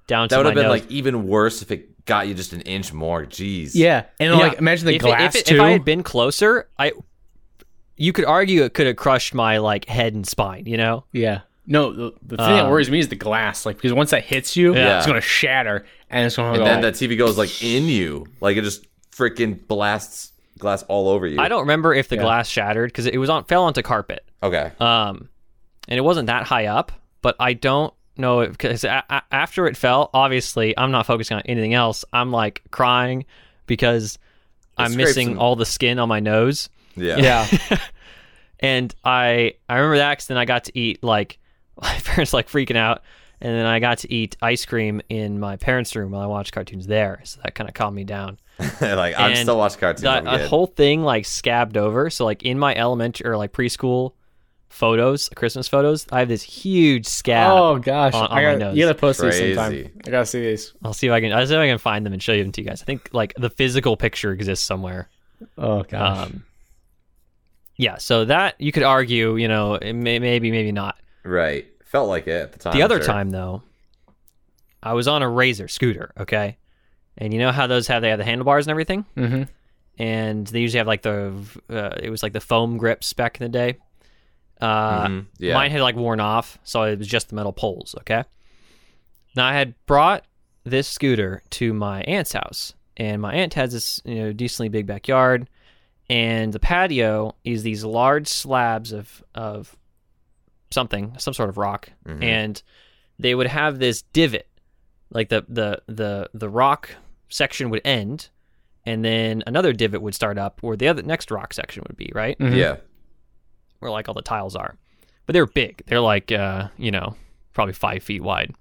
down
that
to
would
my
have been
nose.
like even worse if it got you just an inch more jeez
Yeah. And
Yeah.
like imagine the
if, it-
glass
if, it-
too.
if I had been closer, I you could argue it could have crushed my like head and spine, you know?
yeah. No, the, the thing that
Um,
worries me is the glass. Like because once that hits you,
Yeah.
it's gonna shatter and it's gonna
and
go.
then that TV goes like in you, like it just freaking blasts glass all over you.
I don't remember if the
Yeah.
glass shattered because it was on fell onto carpet.
Okay,
Um, and it wasn't that high up, but I don't know if because a- a- after it fell, obviously I'm not focusing on anything else. I'm like crying because I'm
scrapes
missing
and-
all the skin on my nose,
yeah,
yeah.
and I I remember that because then I got to eat like my parents like freaking out, and then I got to eat ice cream in my parents' room while I watched cartoons there, so that kind of calmed me down.
like I'm
And
still watching cartoons.
the,
I'm
the
good.
whole thing like scabbed over. So like in my elementary or like preschool photos, Christmas photos, I have this huge scab.
Oh gosh.
On- on
I
my
gotta,
nose.
You gotta post these
Crazy.
sometime. I gotta see these.
I'll see if I can. I'll see if I can find them and show them to you guys. I think like the physical picture exists somewhere.
Oh gosh.
Um, yeah. So that you could argue, you know, it may, maybe maybe not.
right, felt like it at the time.
The other
sure.
time though, I was on a Razor scooter, okay? And you know how those have they have the handlebars and everything?
Mm-hmm.
And they usually have like the uh, it was like the foam grips back in the day. Uh
Mhm. Yeah.
Mine had like worn off, so it was just the metal poles. Okay. Now I had brought this scooter to my aunt's house, and my aunt has this you know decently big backyard, and the patio is these large slabs of of something, some sort of rock,
Mhm.
and they would have this divot, like the the the the rock section would end, and then another divot would start up where the other next rock section would be, right?
Mhm.
Yeah.
where like all the tiles are. But they're big. They're like uh, you know, probably five feet wide.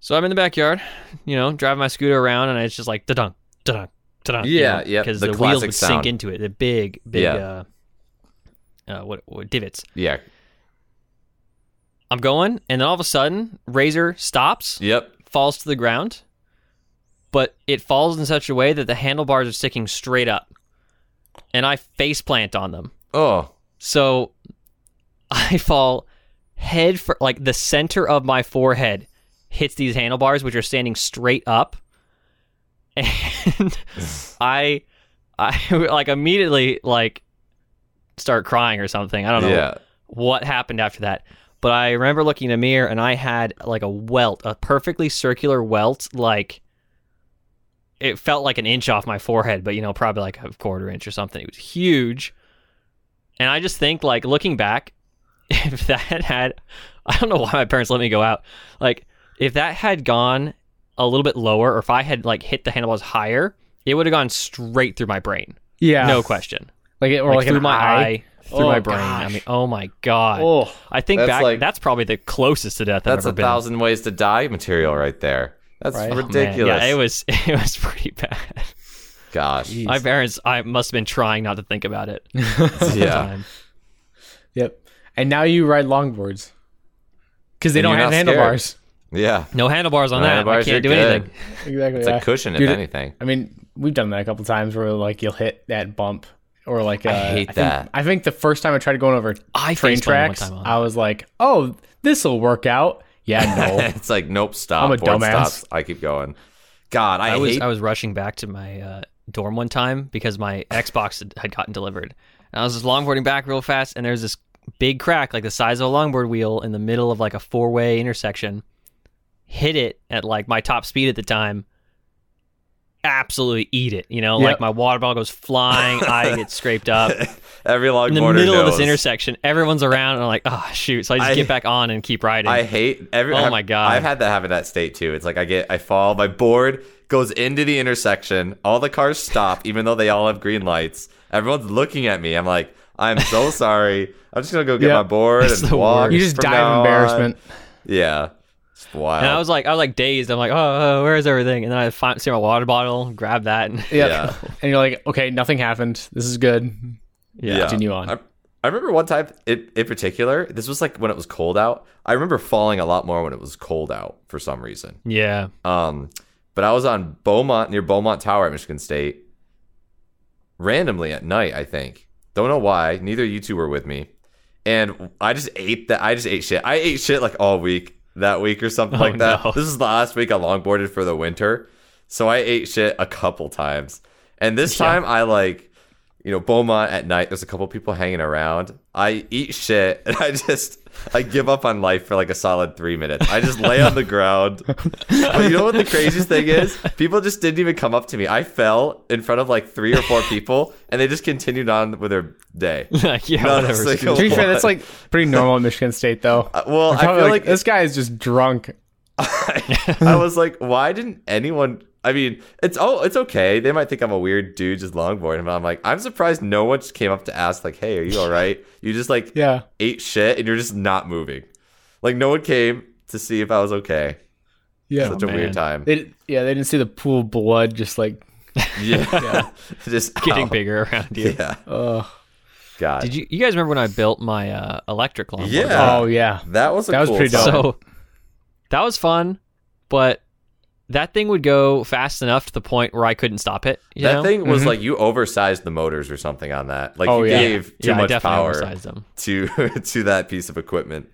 So I'm in the backyard, you know, driving my scooter around, and it's just like da dunk, da dunk, da dunk.
Yeah, yeah,
Because
the
the, wheels
classic
would sink
sound.
into it. The big, big,
Yeah.
uh, uh, what, what divots.
Yeah.
I'm going, and then all of a sudden, Razor stops,
Yep.
falls to the ground, but it falls in such a way that the handlebars are sticking straight up, and I face plant on them.
Oh.
So I fall head for like the center of my forehead hits these handlebars, which are standing straight up, and I, I like immediately like start crying or something. I don't know
Yeah.
what happened after that. But I remember looking in a mirror and I had like a welt, a perfectly circular welt, like it felt like an inch off my forehead, but you know, probably like a quarter inch or something. It was huge. And I just think like looking back, if that had I don't know why my parents let me go out. Like, if that had gone a little bit lower, or if I had like hit the handlebars higher, it would have gone straight through my brain.
Yeah.
No question.
Like it, or
Like,
like,
through
an
my eye, through
Oh,
my brain. I
gosh.
mean, oh my god.
Oh.
I think
That's
back
like-
that's probably the closest to death
That's a
I've ever
thousand ways to die material right there. That's
Right. Oh,
been. Man,
ridiculous.
Yeah, it was it was pretty bad.
Gosh.
Jeez.
My parents I must have been trying not to think about it. at the
Yeah.
time.
Yep. And now you ride longboards because they
And
don't
you're
have
not
handlebars.
Yeah.
No handlebars on
No
that.
handlebars,
I
you're
can't do
good.
anything.
Exactly.
It's
yeah.
a cushion,
Dude,
if anything.
I mean, we've done that a couple times where like you'll hit that bump or like uh,
I hate
think-
that.
I think the first time I tried going over
I faceplanted
train
one
tracks,
time on
I was like, "Oh, this will work out." Yeah, no.
it's like, nope, stop.
Oh. I'm a
Board
dumbass.
stops. I keep going. God, I,
I was
hate.
I was rushing back to my uh, dorm one time because my Xbox had- had gotten delivered. And I was just longboarding back real fast, and there's this big crack, like the size of a longboard wheel, in the middle of like a four way intersection. Hit it at like my top speed at the time. Absolutely eat it, you know.
Yep.
Like my water bottle goes flying, I get scraped up
Every longboarder
in the middle of
knows.
this intersection. Everyone's around, and I'm like, oh shoot! So I just
I-
get back on and keep riding.
I hate every.
Oh
I've-
my God.
I've had that happen in that state too. It's like I get, I fall, my board goes into the intersection. All the cars stop, even though they all have green lights. Everyone's looking at me. I'm like, I'm so sorry. I'm just gonna go get
Yeah.
my board
That's
and
the
walk.
worst.
you just
from
die
now
of
on."
embarrassment.
Yeah, it's wild.
and I was like, I was like dazed. I'm like, oh, oh, where is everything? And then I find, see my water bottle, grab that, and
Yep.
Yeah.
And you're like, "Okay, nothing happened. This is good."
Yeah.
Continue on.
I, I remember one time in, in particular, this was like when it was cold out. I remember falling a lot more when it was cold out for some reason.
yeah.
Um, but I was on Beaumont near Beaumont Tower at Michigan State randomly at night, I think. Don't know why. Neither of you two were with me. And I just ate that I just ate shit. I ate shit like all week that week or something
Oh,
like that.
no.
This is the last week I longboarded for the winter. So I ate shit a couple times. And this time I like you know, Beaumont at night, there's a couple people hanging around. I eat shit and I just I give up on life for like a solid three minutes. I just lay on the ground. But you know what the craziest thing is? People just didn't even come up to me. I fell in front of like three or four people and they just continued on with their day.
Like, yeah,
No,
whatever.
it's like
screw
a-
it.
to be fair, that's
What?
like pretty normal at Michigan State, though.
Uh, well,
They're
I
probably
feel like
this guy is just drunk.
I, I was like, why didn't anyone? I mean, it's oh, it's okay. They might think I'm a weird dude just longboarding, but I'm like, I'm surprised no one just came up to ask like, hey, are you all right? You just like
Yeah.
ate shit and you're just not moving. Like no one came to see if I was okay.
Yeah.
Such a
man.
weird time.
They, yeah, they didn't see the pool of blood just like,
yeah, just
getting
ow.
bigger around you.
Yeah,
uh,
God.
Did you you guys remember when I built my uh, electric lawnmower?
Yeah.
oh yeah.
That was a
That was
cool
pretty dope.
time.
So that was fun, but that thing would go fast enough to the point where I couldn't stop it. You
that
know?
thing was
Mhm.
like you oversized the motors or something on that. Like
Oh,
you
yeah.
gave too
Mm-hmm. yeah, I
much
definitely
power
oversized them.
to to that piece of equipment.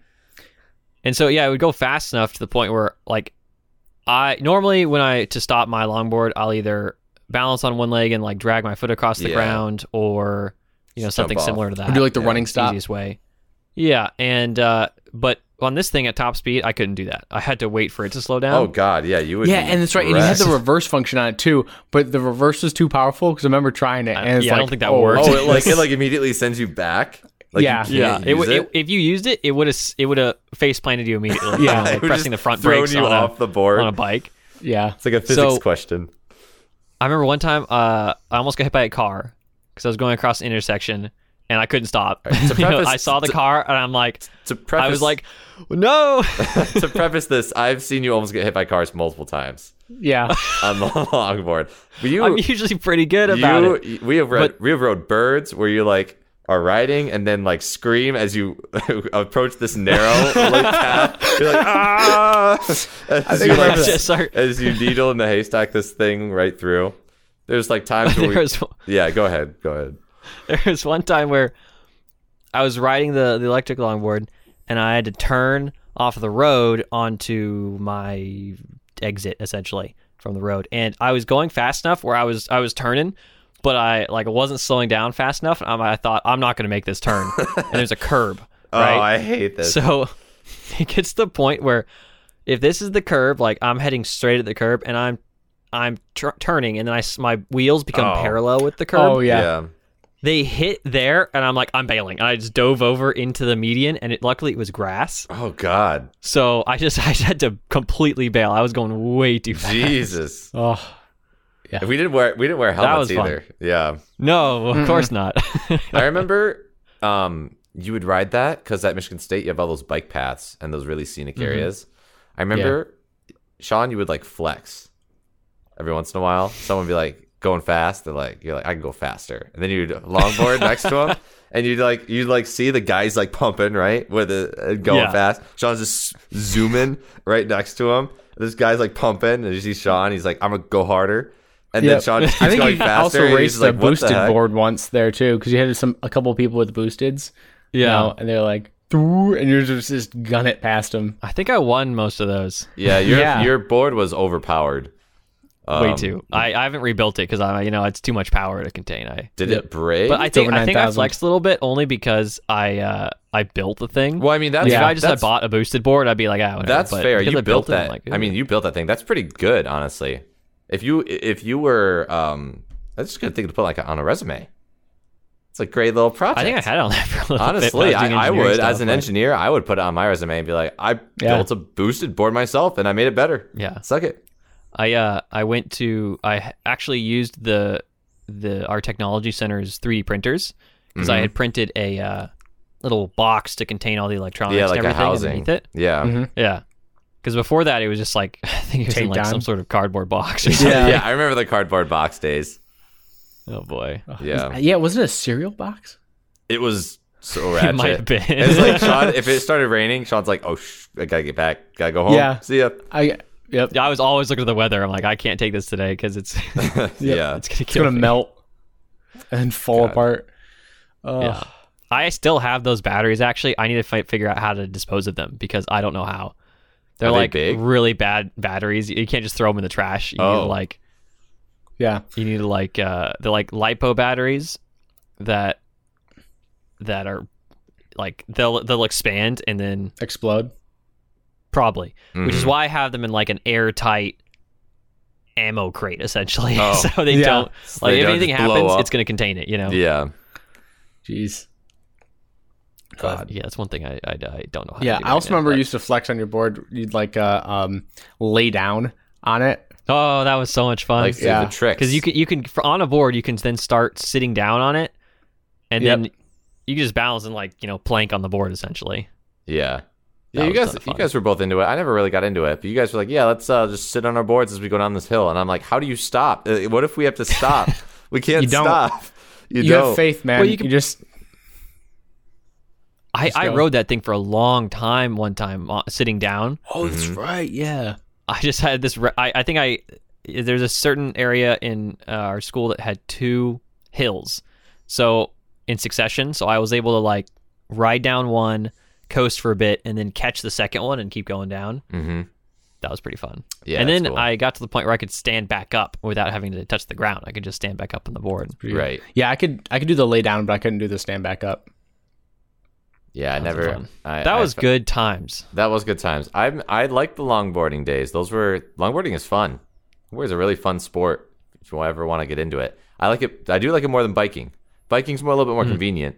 And so yeah, it would go fast enough to the point where like I normally when I to stop my longboard, I'll either balance on one leg and like drag my foot across the
Yeah.
ground, or you know
Just
something
jump off.
similar to that.
Or do like the
yeah,
running
It's the
stop.
easiest way. Yeah, and uh, but on this thing at top speed, I couldn't do that. I had to wait for it to slow down.
Oh God, yeah, you would.
Yeah,
be
and that's right. And you had the
wrecked.
reverse function on it too, but the reverse was too powerful because I remember trying it.
I-
And it's
yeah, I
like,
don't think that
oh,
worked.
Oh, it like it like immediately sends you back. Like, you
Yeah.
can't
yeah, it,
use
w- it, if you used it, it would have it would have face planted you immediately.
Yeah,
you know,
It
like
would
pressing the
just
front
thrown
brakes
you
on a-
off the board.
on a bike.
Yeah.
It's like a physics
So-
question.
I remember one time uh, I almost got hit by a car because I was going across an intersection and I couldn't stop.
right, to
You know,
preface-
I saw the
to-
car and I'm like,
To preface,
I was like, no.
to preface this, I've seen you almost get hit by cars multiple times
Yeah.
on the longboard. But you,
I'm usually pretty good about
you,
it.
we have read, we have rode birds where you like are riding and then like scream as you approach this narrow like, path. You're like ah, as
think
you,
I
like,
remember
that. Sorry.
as you needle in the haystack this thing right through. There's like times where
There
we,
was,
yeah, go ahead, go ahead.
there was one time where I was riding the, the electric longboard and I had to turn off the road onto my exit essentially from the road. And I was going fast enough where I was I was turning, but I like wasn't slowing down fast enough. And I, I thought I'm not going to make this turn. and there's a curb,
Oh,
right?
I hate this.
So it gets to the point where if this is the curb, like I'm heading straight at the curb and I'm I'm tr- turning and then I s- my wheels become
Oh.
parallel with the curb.
Oh yeah.
They hit there and I'm like I'm bailing and I just dove over into the median and it luckily it was grass.
Oh God,
So I just I had to completely bail. I was going way too fast.
Jesus.
Oh.
If we didn't wear we didn't wear
was
helmets
fun.
either. Yeah.
No, of
Hmm.
Mm-mm.
course not.
I remember um, you would ride that because at Michigan State you have all those bike paths and those really scenic
Mm-hmm.
areas. I remember Sean, you would like flex every once in a while. Someone would be like going fast, and like you're like I can go faster, and then you'd longboard next to him, and you'd like you'd like see the guys like pumping right with it and going
Yeah.
fast. Sean's just zooming right next to him. This guy's like pumping, and you see Sean. He's like I'm gonna go harder. And then
Yep.
Sean just keeps
I think
going
you
faster.
also
and he's
raced
just like,
the
"What
boosted
heck?"
board once there too because you had some a couple people with boosteds. you
Yeah.
know, and they're like, "Through," and you're just just gun it past them.
I think I won most of those.
Yeah, your
Yeah.
your board was overpowered.
Way
Um,
too. I, I haven't rebuilt it because I you know it's too much power to contain. I
Did
Yep.
it break?
But I
It's
think
over
I think I
9,000.
flexed a little bit only because I uh, I built the thing.
well, I mean that's
if
Yeah.
I just had
that's,
bought a boosted board, I'd be like, ah, whatever.
that's
But
fair.
because
You
I
built
it, I'm
that.
like,
I mean, you built that thing. That's pretty good, honestly. If you if you were um, that's just a good thing to put like on a resume. It's a great little project.
I think I had it on that for a little bit when
Honestly,
was doing
I, I
engineering
would
stuff,
as an
but-
engineer, I would put it on my resume and be like, I
Yeah.
built a boosted board myself and I made it better.
Yeah,
Suck it.
I uh, I went to I h- actually used the the our technology center's 3D printers because I
Mhm.
had printed a uh, little box to contain all the electronics
yeah, like
and
a
everything
housing.
underneath it.
Yeah.
Mhm.
Yeah, because before that it was just like I think it was in
Taped
like some
on.
sort of cardboard box or something.
yeah,
Yeah.
I remember the cardboard box days.
Oh boy,
Yeah,
Yeah, wasn't it a cereal box?
it was so
it
ratchet.
might have been.
It's like Sean. If it started raining, Sean's like, "Oh, sh- I gotta get back. Gotta go home.
Yeah.
See ya."
I yep.
Yeah, I was always looking at the weather. I'm like, I can't take this today because
Uh-huh.
it's
Yeah.
it's gonna
It's
kill
gonna
me.
melt and fall
God.
apart. Oh,
Yeah. I still have those batteries. Actually, I need to fi- figure out how to dispose of them because I don't know how. They're
Are they
like
big?
really bad batteries. You can't just throw them in the trash. You need to
Oh.
like
yeah.
you need to like uh, they're like lipo batteries that that are like they'll they'll expand and then
Explode.
probably which is
Mhm.
why I have them in like an airtight ammo crate essentially.
Oh.
so they
Yeah.
don't like
They
if
don't
anything
just blow
happens,
up.
it's gonna contain it. You know.
yeah.
Jeez.
But, Uh, yeah, that's one thing I I, I don't know. How
Yeah,
to do
I also
right now,
remember
but-
you used to flex on your board. You'd like uh, um lay down on it.
Oh, that was so much fun.
Like
Because
see
Yeah.
the tricks.
you can you can on a board you can then start sitting down on it, and then you can just balance and like you know plank on the board essentially.
Yeah.
That
Yeah, you
was
guys,
kinda
you
fun.
guys were both into it. I never really got into it, but you guys were like, "Yeah, let's uh, just sit on our boards as we go down this hill." And I'm like, "How do you stop? Uh, What if we have to stop? we can't
You don't.
stop. You,
You
don't.
have faith, man.
Well, you
you,
can-
just
I,
Just
I
go.
rode that thing for a long time. One time uh, sitting down,
oh, that's
Mm-hmm.
right. Yeah.
I just had this. Re- I, I think I there's a certain area in uh, our school that had two hills, so in succession. So I was able to like ride down one, coast for a bit, and then catch the second one and keep going down.
Mm-hmm.
That was pretty fun.
Yeah.
and
that's
then
cool.
I got to the point where I could stand back up without having to touch the ground. I could just stand back up on the board.
Pretty good.
right.
Yeah, I could I could do the lay down, but I couldn't do the stand back up.
Yeah, I
That was
never.
fun.
I,
That
I
was
fe-
good times.
That was good times. I I like the longboarding days. Those were longboarding is fun. Longboarding is a really fun sport if you ever want to get into it. I like it. I do like it more than biking. Biking's more a little bit more convenient,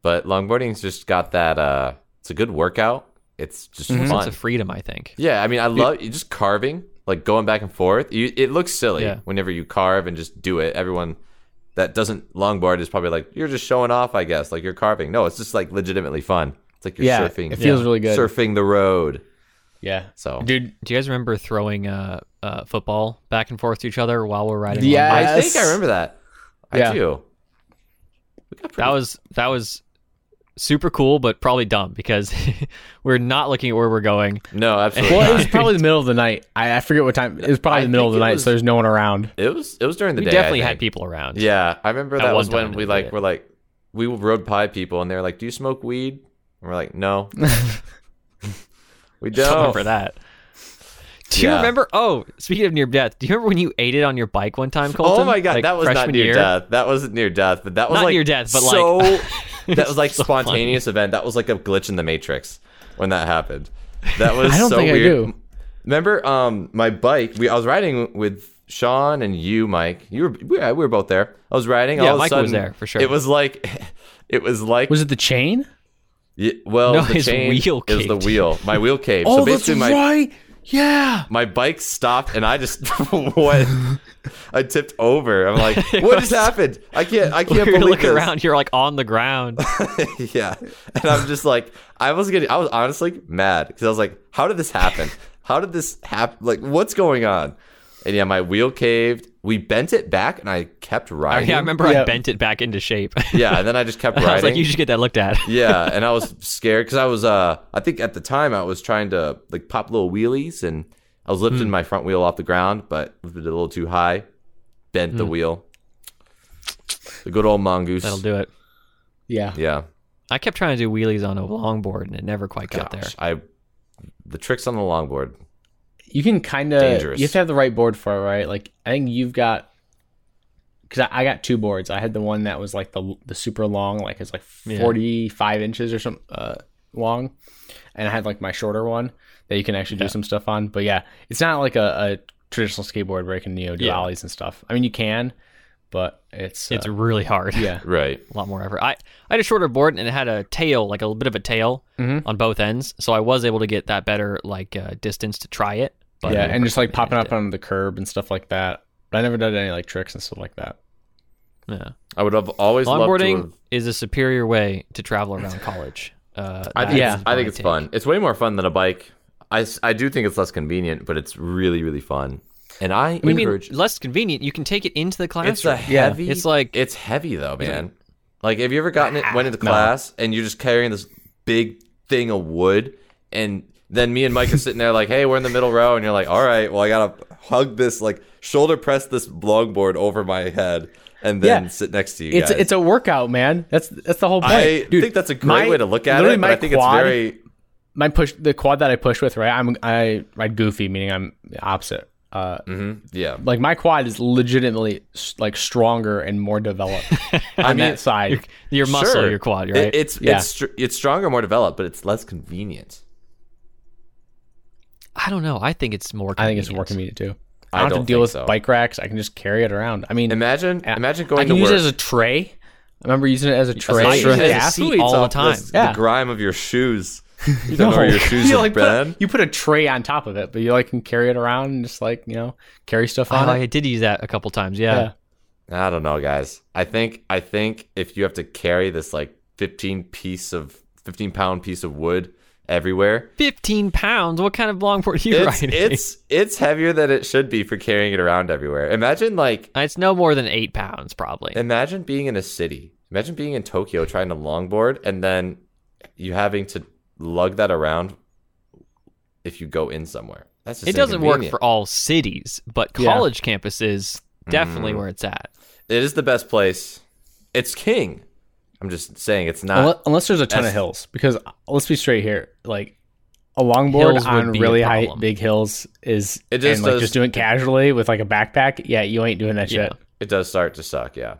but longboarding's just got that. Uh, it's a good workout. It's just
Lots
fun.
of freedom, I think.
yeah, I mean, I love you just carving, like going back and forth. You, it looks silly
Yeah.
whenever you carve and just do it. Everyone that doesn't longboard is probably like, you're just showing off, I guess. Like you're carving. No, it's just like legitimately fun. It's like you're
yeah,
surfing
it feels really good.
surfing the road.
Yeah,
So
dude.
Do you guys remember throwing uh, uh, football back and forth to each other while we're riding?
Yeah.
along?
I think
Yes.
I remember that. I
Yeah.
do. We got
that
pretty-
was that was super cool, but probably dumb because we're not looking at where we're going.
no, absolutely.
Well, it
not.
was probably the middle of the night. I, I forget what time. It was probably
I
the middle of
think
the
it
night,
was-
so there's no one around.
it was it was during the
we
day. I
definitely had
think.
people around.
Yeah, I remember
At
that
one
was when
time,
we
we
like
did.
were like we rode by people and they were like, "Do you smoke weed?" And we're like, "No." we
Someone
don't.
for that. Do you
Yeah.
remember? Oh, speaking of near death, do you remember when you ate it on your bike one time, Colton?
oh my god,
Like,
that was not
freshman
near
year?
death. That wasn't near death, but that was
Not
like
near death, but, like-
so that was like
So funny.
spontaneous event. That was like a glitch in the matrix when that happened. That was
I don't
so
think I
weird.
do.
Remember, um, my bike. We I was riding with Sean and you, Mike. You were we, yeah, we were both there. I was riding.
Yeah,
all of a
Mike was
sudden,
there, for sure.
It was like, it was like,
Was it the chain?
y- well,
No,
the
his
chain
wheel
is the
caved.
wheel. My wheel caved. so basically, my
Oh, right. Yeah.
my bike stopped and I just what I tipped over. I'm like, what just happened? I can't I can't believe
You're looking
this.
around. You're like on the ground.
yeah, and I'm just like, I was getting, I was honestly mad because I was like, how did this happen? How did this happen? Like, what's going on? And yeah, my wheel caved. We bent it back and I kept riding.
Oh, yeah, I remember I
Yeah.
bent it back into shape.
Yeah, and then I just kept riding.
I was like, you should get that looked at.
yeah, and I was scared because I was uh I think at the time I was trying to like pop little wheelies and I was
Hmm.
lifting my front wheel off the ground, but lifted it a little too high, bent the wheel. The good old mongoose.
Hmm. That'll do it.
Yeah.
Yeah,
I kept trying to do wheelies on a longboard and it never quite got there.
gosh, I the tricks on the longboard.
You can kind of.
Dangerous.
You have to have the right board for it, right? Like I think you've got. Because I, I got two boards. I had the one that was like the the super long, like it's like
Yeah.
forty five inches or some uh, long, and I had like my shorter one that you can actually do some stuff on. But yeah, it's not like a, a traditional skateboard where you can you know do
Yeah.
ollies and stuff. I mean, you can, but it's uh,
It's really hard.
yeah.
Right.
a lot more effort. I, I had a shorter board and it had a tail, like a little bit of a tail
Mm-hmm.
Mhm.
on both ends. So I was able to get that better like uh, distance to try it. But
yeah, and just like popping
managed
up on the curb and stuff like that. But I never did any like tricks and stuff like that.
yeah.
I would have always loved to.
longboarding
Have,
is a superior way to travel around college. Uh,
I
that
think
is
it's, I
my
think it's
take.
fun. It's way more fun than a bike. I, s- I do think it's less convenient, but it's really really fun. And I
I mean,
encourage
less convenient. You can take it into the classroom.
It's a
Yeah.
heavy.
It's like-
it's heavy though, man. Like, have you ever gotten it went into class and you're just carrying this big thing of wood, and then me and Mike are sitting there like, "Hey, we're in the middle row," and you're like, "All right, well, I gotta hug this, like, shoulder press this longboard over my head, and then
Yeah.
sit next to you."
It's
guys.
it's a workout, man. That's that's the whole point.
I
Dude,
think that's a great
my-
way to look at
literally
it, but
my
I think
quad-
it's very
my push the quad that I push with, right? I'm I ride goofy, meaning I'm the opposite. Uh,
mhm, yeah.
like my quad is legitimately s- like stronger and more developed
mean,
on that side.
your muscle,
Sure.
your quad,
It-
right?
it's
Yeah.
it's str- it's stronger, more developed, but it's less convenient.
I don't know. I think it's more.
I
Convenient.
think it's more convenient too.
I
I don't, have
don't
to deal
think
with
so.
bike racks. I can just carry it around. I mean,
Imagine
I-
imagine going
I can
to
use
work.
it as a tray. I remember using it as a tray.
I use it as a
Yeah.
seat all the
off
time.
this-
Yeah.
The grime of your shoes. You don't know where your shoes
you,
have
like
been.
put, you put a tray on top of it, but you like can carry it around and just like you know carry stuff
Oh,
on
I
it.
did use that a couple times. Yeah.
Yeah.
I don't know, guys. I think I think if you have to carry this like fifteen piece of fifteen pound piece of wood everywhere,
fifteen pounds. What kind of longboard are you
it's
riding?
it's it's heavier than it should be for carrying it around everywhere. Imagine like
It's no more than eight pounds, probably.
imagine being in a city. Imagine being in Tokyo trying to longboard and then you having to lug that around if you go in somewhere. That's just
it doesn't work
inconvenient.
for all cities, but
Yeah. Mm.
college campuses definitely where it's at.
It is the best place. It's king. I'm just saying it's not.
Unless, unless there's a ton of
that's-
hills, because uh, let's be straight here. Like a longboard
Hills would
on
be a
really high
problem.
big hills is
It just
and, like
does-
just doing it casually with like a backpack. Yeah, you ain't doing that
Yeah.
shit.
It does start to suck. Yeah,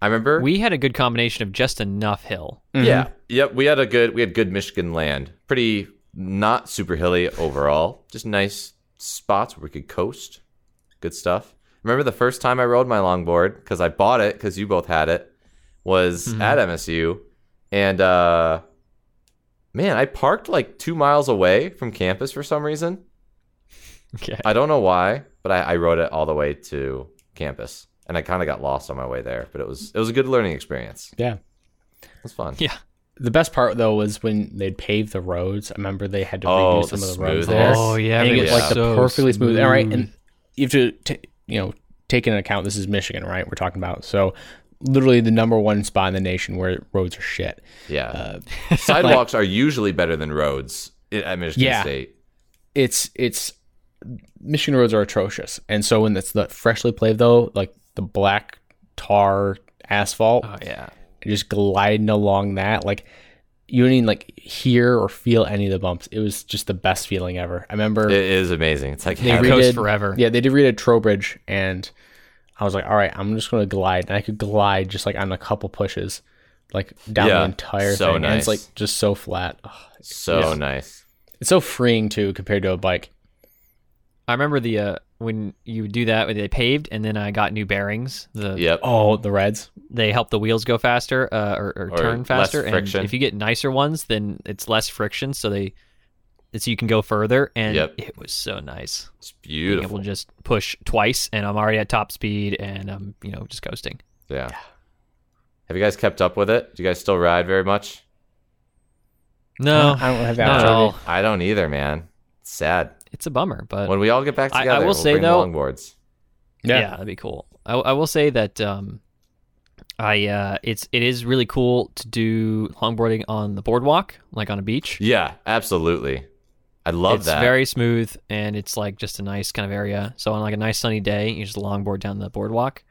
I remember.
We had a good combination of just enough hill.
yeah, yep. We had a good. We had good Michigan land. Pretty not super hilly overall. Just nice spots where we could coast. Good stuff. Remember the first time I rode my longboard because I bought it because you both had it was at MSU, and uh, man, I parked like two miles away from campus for some reason.
Okay.
I don't know why, but I, I rode it all the way to campus, and I kind of got lost on my way there. But it was it was a good learning experience.
Yeah.
It was fun.
Yeah.
The best part though was when they'd pave the roads. I remember they had to
Oh,
redo some
the
of the roads
smooth
there.
Oh,
yeah,
and
they
it
get
was like
so
the perfectly smooth. All right,
smooth.
and you have to t- you know take into account this is Michigan, right? We're talking about so literally the number one spot in the nation where roads are shit.
Yeah. Uh, Sidewalks are usually better than roads i- at Michigan
Yeah.
State.
it's it's Michigan roads are atrocious, and so when it's the freshly paved though, like the black tar asphalt,
Uh,
Oh yeah.
and just gliding along that, like you didn't even, like hear or feel any of the bumps. It was just the best feeling ever. I remember,
It is amazing. It's like
They
heaven.
re-
Coast
did-
forever.
yeah, they did read at Trowbridge, and I was like, all right, I'm just gonna glide, and I could glide just like on a couple pushes, like down
Yeah,
the entire
so
thing. And it's
nice.
like just so flat. Ugh.
so
Yes.
nice.
It's so freeing too compared to a bike.
I remember the uh, when you would do that when they paved and then I got new bearings. The
Yep.
Oh, the reds.
they help the wheels go faster uh, or, or,
Or
turn
less
faster.
friction.
And if you get nicer ones, then it's less friction, so they so you can go further. And
Yep.
it was so nice.
It's
Being able
beautiful.
to just push twice, and I'm already at top speed, and I'm you know just coasting.
Yeah. Have you guys kept up with it? Do you guys still ride very much?
No,
I don't have that.
not at
opportunity.
all.
I don't either, man. It's sad.
It's a bummer, but
When we all get back
I- I
together,
will
we'll
say,
bring
though-
longboards.
yeah. that'd be cool I, I will say that um i uh it's it is really cool to do longboarding on the boardwalk like on a beach
Yeah, absolutely. I love
it's
that.
very smooth and it's like just a nice kind of area so on like a nice sunny day you just longboard down the boardwalk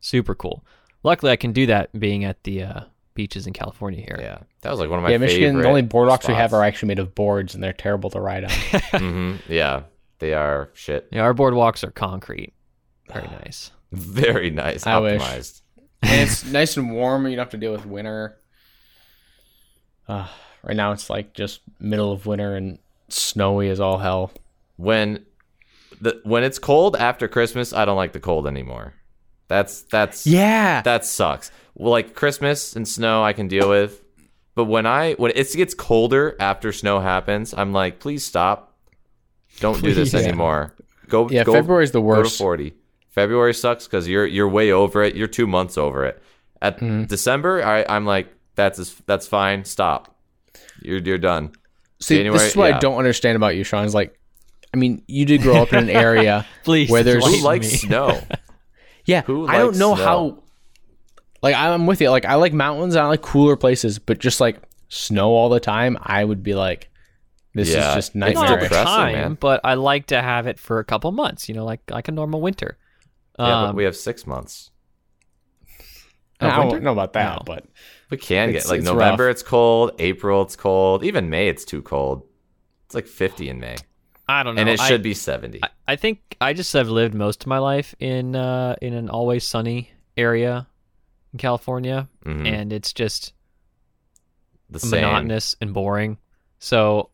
super cool luckily i can do that being at the uh beaches in california here
yeah, that was like one of my
yeah, Michigan. The
favorite
only boardwalks we have
spots.
are actually made of boards, and they're terrible to ride on.
Mhm. Yeah, they are shit.
yeah our boardwalks are concrete very nice
Very nice.
I wish.
optimized.
and it's nice and warm. You don't have to deal with winter. Uh, right now, it's like just middle of winter and snowy as all hell.
When the when it's cold after Christmas, I don't like the cold anymore. That's that's
Yeah,
that sucks. Well, like Christmas and snow, I can deal with. But when I when it gets colder after snow happens, I'm like, please stop. Don't do this
Please. Yeah.
anymore. Go
yeah.
go,
February's the
go to
worst.
forty. February sucks because you're you're way over it. You're two months over it. At
Mm-hmm.
December, I, I'm like, that's as- that's fine. Stop. You're you're done.
See,
January,
this is what
yeah.
I don't understand about you, Sean. Is like, I mean, you did grow up in an area.
please
Where there's-
enlighten
Who likes
me.
snow?
Yeah,
Who
I don't
likes
know
snow?
how. Like I'm with you. Like I like mountains. I like cooler places, but just like snow all the time, I would be like, this
Yeah,
is just
It's
It's
not all the
nightmare.
depressing,
time,
man.
but I like to have it for a couple months. You know, like like a normal winter.
yeah, but
Um,
we have six months.
Oh,
I
winter?
don't know about that,
No.
but
We can
It's-
get like
it's
November,
rough.
it's cold. April, it's cold. Even May, it's too cold. It's like 50 in May,
I don't know.
and it
I-
should be 70.
I, I think I just have lived most of my life in uh, in an always sunny area in California,
Mhm.
and it's just
the same.
monotonous and boring. So,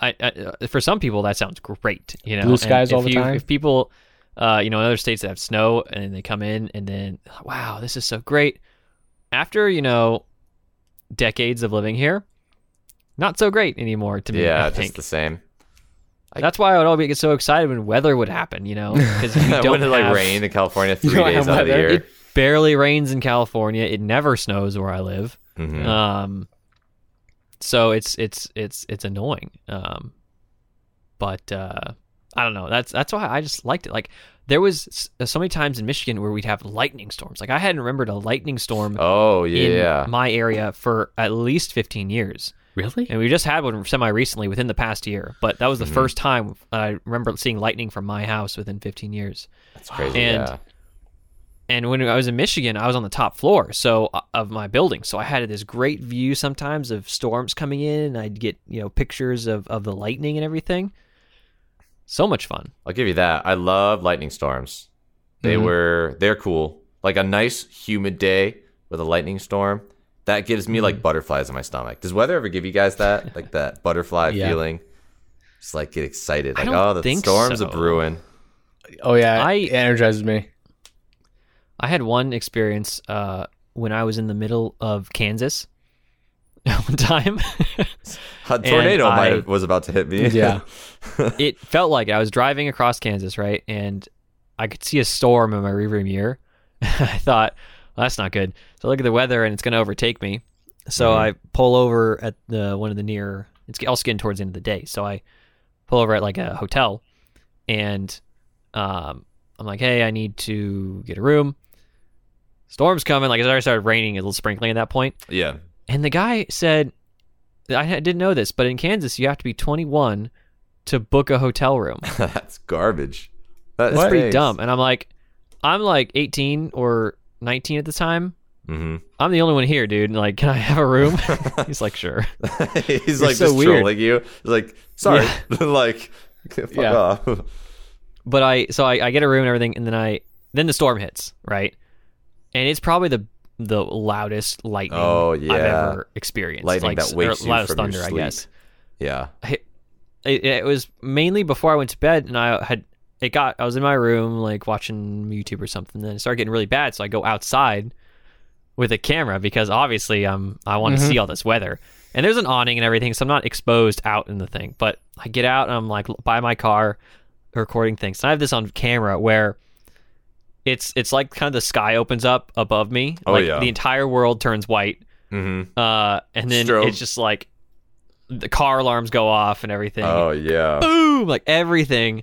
I, I uh, for some people that sounds great. You know,
Blue
And
skies
if
all the
you-
time?
If people, uh, you know, in other states that have snow and they come in and then wow, this is so great. After you know, decades of living here, not so great anymore to me.
Yeah,
I
it's
think.
just the same.
That's why I would always get so excited when weather would happen, you know, because we don't
when it like
have-
rained in California three
don't
days
have
out of the
weather.
year.
barely rains in California. It never snows where I live.
Mhm.
Um, so it's it's it's it's annoying. Um, but uh, I don't know. That's that's why I just liked it. Like there was s- uh, so many times in Michigan where we'd have lightning storms. Like I hadn't remembered a lightning storm
oh
in
yeah,
my area for at least fifteen years.
really,
And we just had one semi recently within the past year, but that was the
Mhm.
first time I remember seeing lightning from my house within 15 years.
it's crazy.
and-
yeah.
And when I was in Michigan, I was on the top floor, so uh, of my building, so I had this great view sometimes of storms coming in, and I'd get you know pictures of of the lightning and everything. So much fun.
I'll give you that. I love lightning storms. They
Mm-hmm.
Mhm.
were they're cool. Like a nice humid day with a lightning storm. That gives me
Mm-hmm.
like butterflies in my stomach. Does weather ever give you guys that? Like that butterfly
Yeah.
feeling? Just like get excited.
I
Like,
don't
oh the
think
storms
so.
are brewing.
Oh yeah,
I-
it energizes me.
I had one experience uh, when I was in the middle of Kansas one time.
A tornado
I-
might have, was about to hit me.
Yeah.
it felt like it. I was driving across Kansas, right? And I could see a storm in my rearview mirror. I thought, well, that's not good. So I look at the weather and it's going to overtake me. So
Mhm.
I pull over at the one of the near, it's all getting towards the end of the day. So I pull over at like a hotel and um, I'm like, hey, I need to get a room. Storm's coming. Like it already started raining, a little sprinkling at that point.
yeah.
And the guy said, I ha- didn't know this, but in Kansas, you have to be 21 to book a hotel room.
That's garbage. That's
That's pretty dumb. And I'm like, I'm like 18 or 19 at the time.
hmm
I'm the only one here, dude. And like, can I have a room? He's like, sure.
Mm-hmm. He's
You're
like
so
just
weird.
trolling you. He's like, sorry. like, fuck
Yeah.
off.
But I, so I, I get a room and everything, and then I, then the storm hits, right? And it's probably the the loudest lightning
Oh,
I've
yeah.
ever experienced.
Lightning
like,
that
s-
wakes
or
you
loudest
from
thunder,
your
I
sleep.
guess.
Yeah.
it, it was mainly before I went to bed, and I had it got I was in my room like watching YouTube or something, and it started getting really bad. So I go outside with a camera because obviously I'm I
Mm-hmm.
want to see all this weather, and there's an awning and everything, so I'm not exposed out in the thing. But I get out and I'm like by my car, recording things. And I have this on camera where. It's it's like kind of the sky opens up above me.
Oh,
like
yeah.
the entire world turns white.
hmm
Uh and then
Strobe.
it's just like the car alarms go off and everything
Oh, yeah.
boom, like everything.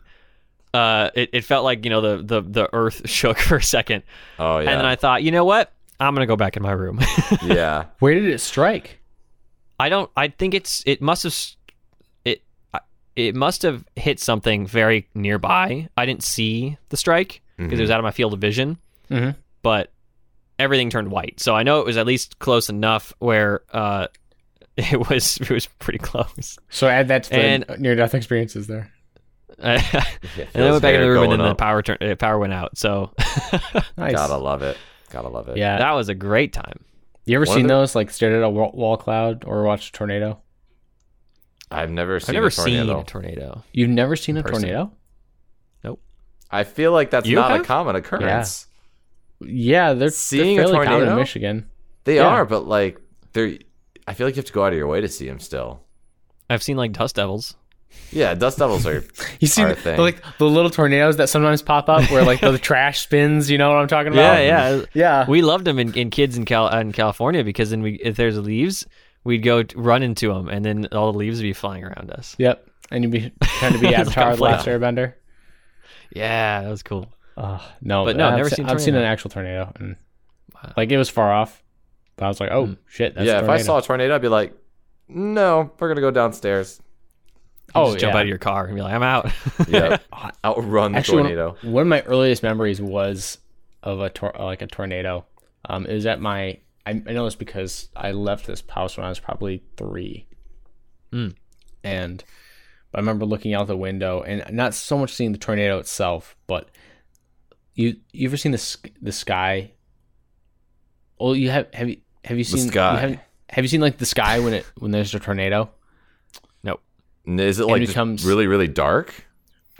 Uh, it, it felt like you know the, the the earth shook for a second,
Oh, yeah.
and then I thought, you know what? I'm gonna go back in my room.
yeah.
Where did it strike?
I don't. I think it's it must have s- it I- it must have hit something very nearby. I didn't see the strike because
Mm-hmm.
it was out of my field of vision,
Mhm.
but everything turned white. So I know it was at least close enough where uh, it was it was pretty close.
So add that to the
And-
near death experiences there.
Uh,
Yeah,
and then I
feels
went back in
weird
the room, and
going
then the
up.
power turn, uh, power went out. So
Nice.
Gotta love it. Gotta love it.
yeah.
that was a great time.
You ever
One of
seen
the-
those? Like stared at a wa- wall cloud or watched a tornado?
I've never seen
I've never
a tornado.
seen a tornado.
You've never seen a
person.
tornado?
I feel like that's
You
not a
have?
common occurrence.
Yeah, they're they're
Seeing a
fairly common
tornado?
in Michigan.
They
Yeah.
are, but like they're. I feel like you have to go out of your way to see them still.
I've seen like dust devils.
Yeah, dust devils are.
You see
Our
the-
thing.
like the little tornadoes that sometimes pop up where like the trash spins. You know what I'm talking about?
yeah.
yeah.
We loved them in, in kids in Cal in California because then we if there's leaves, we'd go t- run into them and then all the leaves would be flying around us.
Yep. And you'd be trying to be
It's like
Avatar:
a
The Last
flash.
Airbender.
Yeah, that was cool.
Uh, no,
But no,
I've
never
se-
seen
I've seen an
tornado.
actual tornado, and
Wow. Mm.
like it was far off. But I was like, oh shit, that's
yeah,
a
if I
tornado.
saw a tornado, I'd be like, "No, we're gonna go downstairs."
Oh,
oh
just jump
yeah.
out of your car and be like, I'm out.
Yeah, outrun the
Actually, one-
tornado.
One, of my earliest memories was of a tor- uh, like a tornado. Um, it was at my. I, I know this because I left this house when I was probably three,
Hmm.
Mm.
and I remember looking out the window and not so much seeing the tornado itself, but you you ever seen the sk- the sky? Oh, you have have you have you seen
sky.
You haven't- have you seen like the sky when it when there's a tornado?
N- Is it like
it
just
becomes-
really, really dark?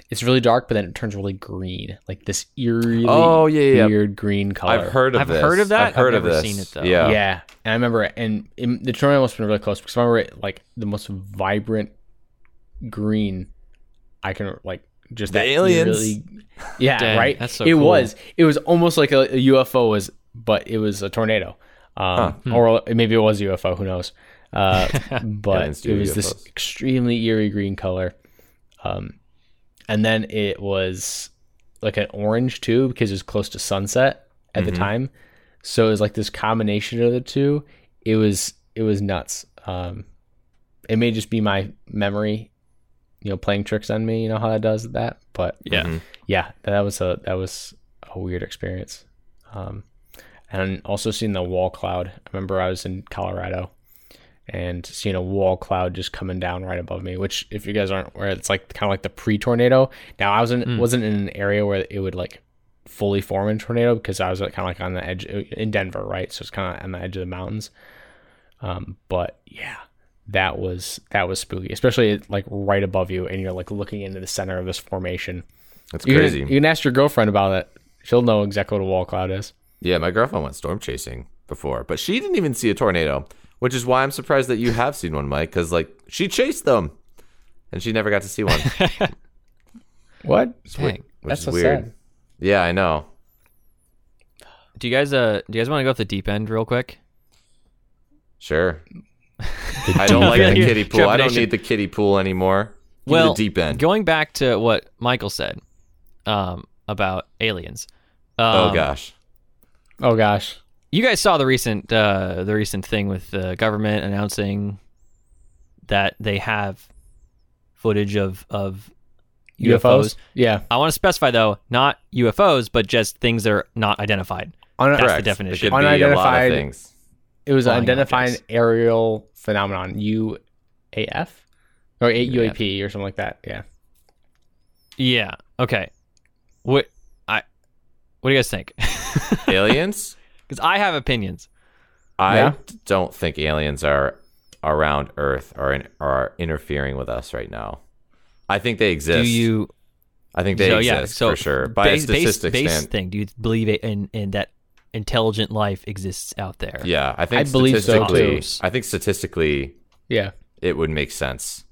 It's really dark, but then it turns really green, like this eerie,
Oh yeah, yeah. yeah.
weird green color.
I've heard of
I've
this.
heard of that.
I've heard of
I've never
this.
seen it, though.
Yeah.
Yeah, and I remember, it, and it, the tornado must have been really close because I remember it like the most vibrant green I can like just
The
that
aliens.
really- yeah,
Dang,
right.
that's so
it
cool.
was. It was almost like a, a UFO was, but it was a tornado, um,
Hmm.
or maybe it was a UFO. Who knows? Uh, but
Aliens
it
do
was this
UFOs.
extremely eerie green color, um, and then it was like an orange too because it was close to sunset at
Mhm.
the time. So it was like this combination of the two. It was it was nuts. Um, it may just be my memory, you know, playing tricks on me. You know how that does that, but
yeah.
Mhm.
yeah, that was a that was a weird experience. Um, and also seen the wall cloud. I remember I was in Colorado and seeing a wall cloud just coming down right above me. Which, if you guys aren't aware, it's like kind of like the pre-tornado. Now I wasn't
Mm.
wasn't in an area where it would like fully form a tornado because I was kind of like on the edge uh, in Denver, right? So it's kind of on the edge of the mountains. Um, but yeah, that was that was spooky, especially like right above you, and you're like looking into the center of this formation.
That's
You
crazy.
Can, you can ask your girlfriend about it. She'll know exactly what a wall cloud is.
Yeah, my girlfriend went storm chasing before, but she didn't even see a tornado, which is why I'm surprised that you have seen one, Mike, because like she chased them, and she never got to see one.
What?
Dang.
Which
That's
is
so
weird.
sad.
Yeah, I know.
Do you guys uh do you guys want to go off the deep end real quick?
Sure. I don't like
Yeah,
the
you-
kiddie pool. I don't
trepidation.
need the kiddie pool anymore. Give me
Well,
the deep end.
Going back to what Michael said um, about aliens.
oh
um,
gosh.
Oh gosh.
You guys saw the recent uh, the recent thing with the government announcing that they have footage of of UFOs.
Yeah.
I want to specify though, not UFOs, but just things that are not identified.
On a,
That's the
Correct.
definition.
It could be a lot
Unidentified-
of things.
It was
flying
identifying
objects.
aerial phenomenon, UAF or eight
UAF.
UAP or something like that. Yeah.
Yeah. Okay. What I what do you guys think?
Aliens?
Because I have opinions.
I
Yeah.
don't think aliens are around Earth or in, are interfering with us right now. I think they exist.
Do you
I think they
so,
exist
yeah, so
for sure. By a
base, base-
statistic
base
stand-
thing? Do you believe it in in that intelligent life exists out there?
Yeah, I think
I believe so,
statistically,
too.
I think statistically,
Yeah.
it would make sense.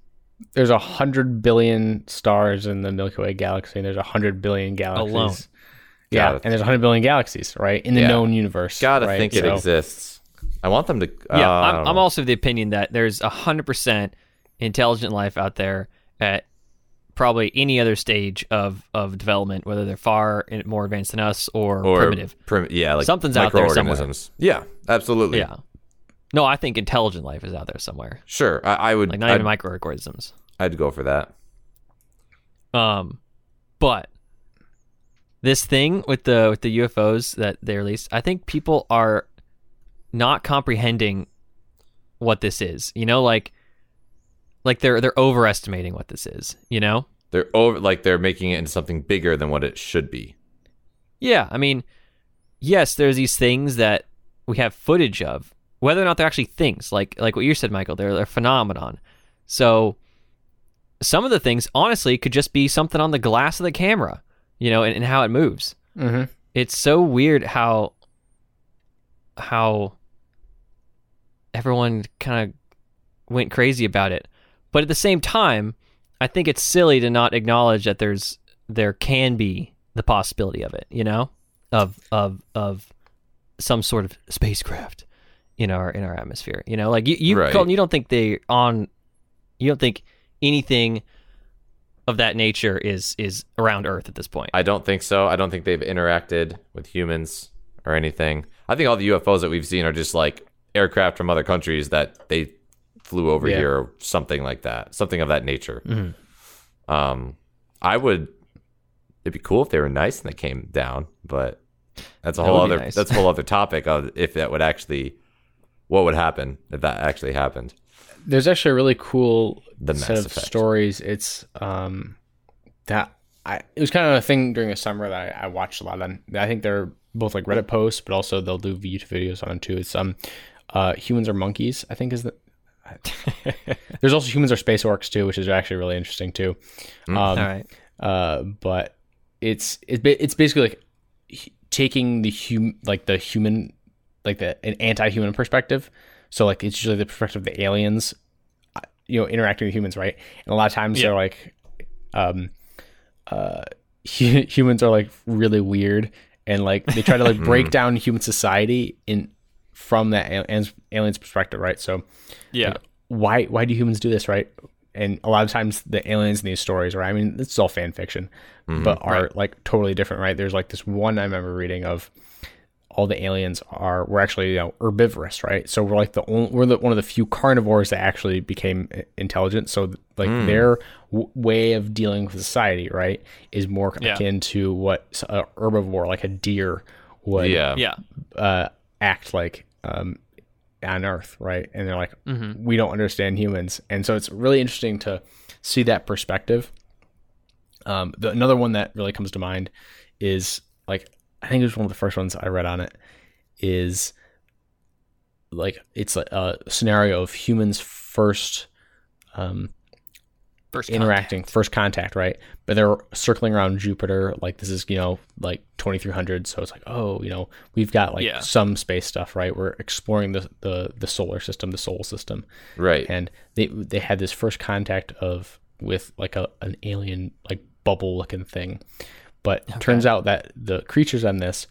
There's a hundred billion stars in the Milky Way galaxy, and there's a hundred billion galaxies.
Alone.
Yeah,
Gotta-
and there's a hundred billion galaxies, right? In the
Yeah.
known universe.
Gotta
right?
think it
So-
exists. I want them to.
Yeah,
uh, I
I'm,
don't
I'm
know.
also of the opinion that there's hundred percent intelligent life out there at probably any other stage of of development, whether they're far in- more advanced than us or,
or
primitive.
prim- yeah, like
Something's out there somewhere.
microorganisms. Yeah, absolutely.
Yeah. No, I think intelligent life is out there somewhere.
sure. I, I would.
Like not
I'd,
even microorganisms.
I'd go for that.
Um, but this thing with the with the UFOs that they released, I think people are not comprehending what this is. You know, like like they're they're overestimating what this is. You know,
They're over, like they're making it into something bigger than what it should be.
yeah. I mean, yes, there's these things that we have footage of, whether or not they're actually things. Like like what you said, Michael, they're a phenomenon. So some of the things, honestly, could just be something on the glass of the camera. You know, and, and how it moves.
Mhm.
it's so weird how how everyone kind of went crazy about it but at the same time i think it's silly to not acknowledge that there's there can be the possibility of it you know of of of some sort of spacecraft in our in our atmosphere you know like you you
Right.
Colton, you don't think they on you don't think anything of that nature is is around earth at this point
I don't think so. I don't think they've interacted with humans or anything. I think all the UFOs that we've seen are just like aircraft from other countries that they flew over
Yeah.
here or something like that, something of that nature.
Mhm.
Um, I would. It'd be cool if they were nice and they came down, but that's a
That
whole
would be
other
nice.
that's a whole other topic of if that would actually what would happen if that actually happened.
There's actually a really cool
The
set
Mass
of
Effect.
stories. It's um that I it was kind of a thing during the summer that I, I watched a lot on. I think they're both like Reddit posts, but also they'll do YouTube videos on it too. It's um uh humans are monkeys. I think is the. There's also humans are space orcs too, which is actually really interesting too.
Mm.
Um,
all right
uh, but it's it, ba- it's basically like hu- taking the hum like the human like the an anti-human perspective so like it's usually the perspective of the aliens uh, you know interacting with humans right and a lot of times
Yeah.
they're like um uh hu- humans are like really weird and like they try to like break down human society in from that aliens, aliens perspective right so
yeah
why why do humans do this right and a lot of times the aliens in these stories right i mean it's all fan fiction but are like totally different right there's like this one i remember reading of all the aliens are we're actually you know herbivorous right so we're like the only we're the, one of the few carnivores that actually became i- intelligent so like their w- way of dealing with society right is more
Yeah.
akin to what s- a herbivore like a deer would
yeah.
yeah.
uh, act like um, on Earth, right? And they're like,
Mm-hmm.
we don't understand humans, and so it's really interesting to see that perspective. Um, the, another one that really comes to mind is like I think it was one of the first ones I read on it is like it's a, a scenario of humans first um,
First
interacting first contact right but they're circling around jupiter like this is you know like 2300 so it's like oh you know we've got like
Yeah.
some space stuff right we're exploring the, the the solar system the soul system
Right.
and they they had this first contact of with like a an alien like bubble looking thing but turns out that the creatures on this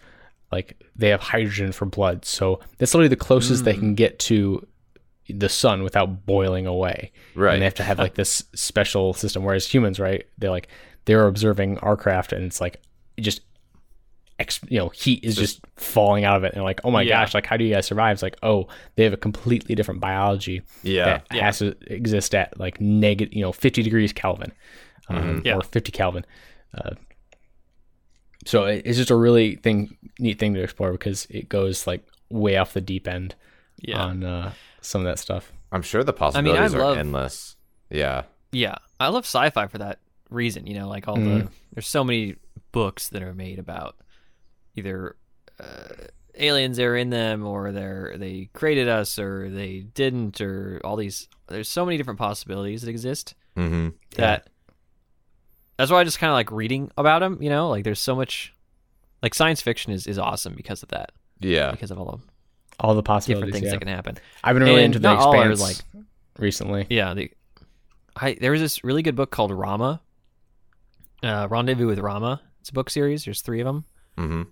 like they have hydrogen for blood so that's literally the closest they can get to the sun without boiling away
Right.
and they have to have like this special system. Whereas humans, right? They're like they're observing our craft, and it's like it just ex- you know heat is just falling out of it. And they're like, oh my
Yeah.
gosh, like how do you guys survive? It's like oh, they have a completely different biology
yeah.
that has to exist at like negative, you know, fifty degrees Kelvin, um,
Yeah.
or fifty Kelvin. Uh, so it- it's just a really thing, neat thing to explore because it goes like way off the deep end
Yeah.
on uh, some of that stuff.
I'm sure the
mean, I
possibilities are
love-
endless. Yeah.
Yeah, I love sci-fi for that reason. You know, like all
Mm-hmm.
the there's so many books that are made about either uh, aliens that are in them, or they're they created us, or they didn't, or all these. There's so many different possibilities that exist
Mm-hmm.
that that's why I just kind of like reading about them. You know, like there's so much like science fiction is is awesome because of that,
Yeah.
because of all the
All the
different
possibilities.
things
yeah.
that can happen.
I've been really
And
into the
not all are,
expanse
like-
recently.
Yeah, the I there was this really good book called Rama, uh, Rendezvous with Rama. It's a book series. There's three of them,
Mm-hmm.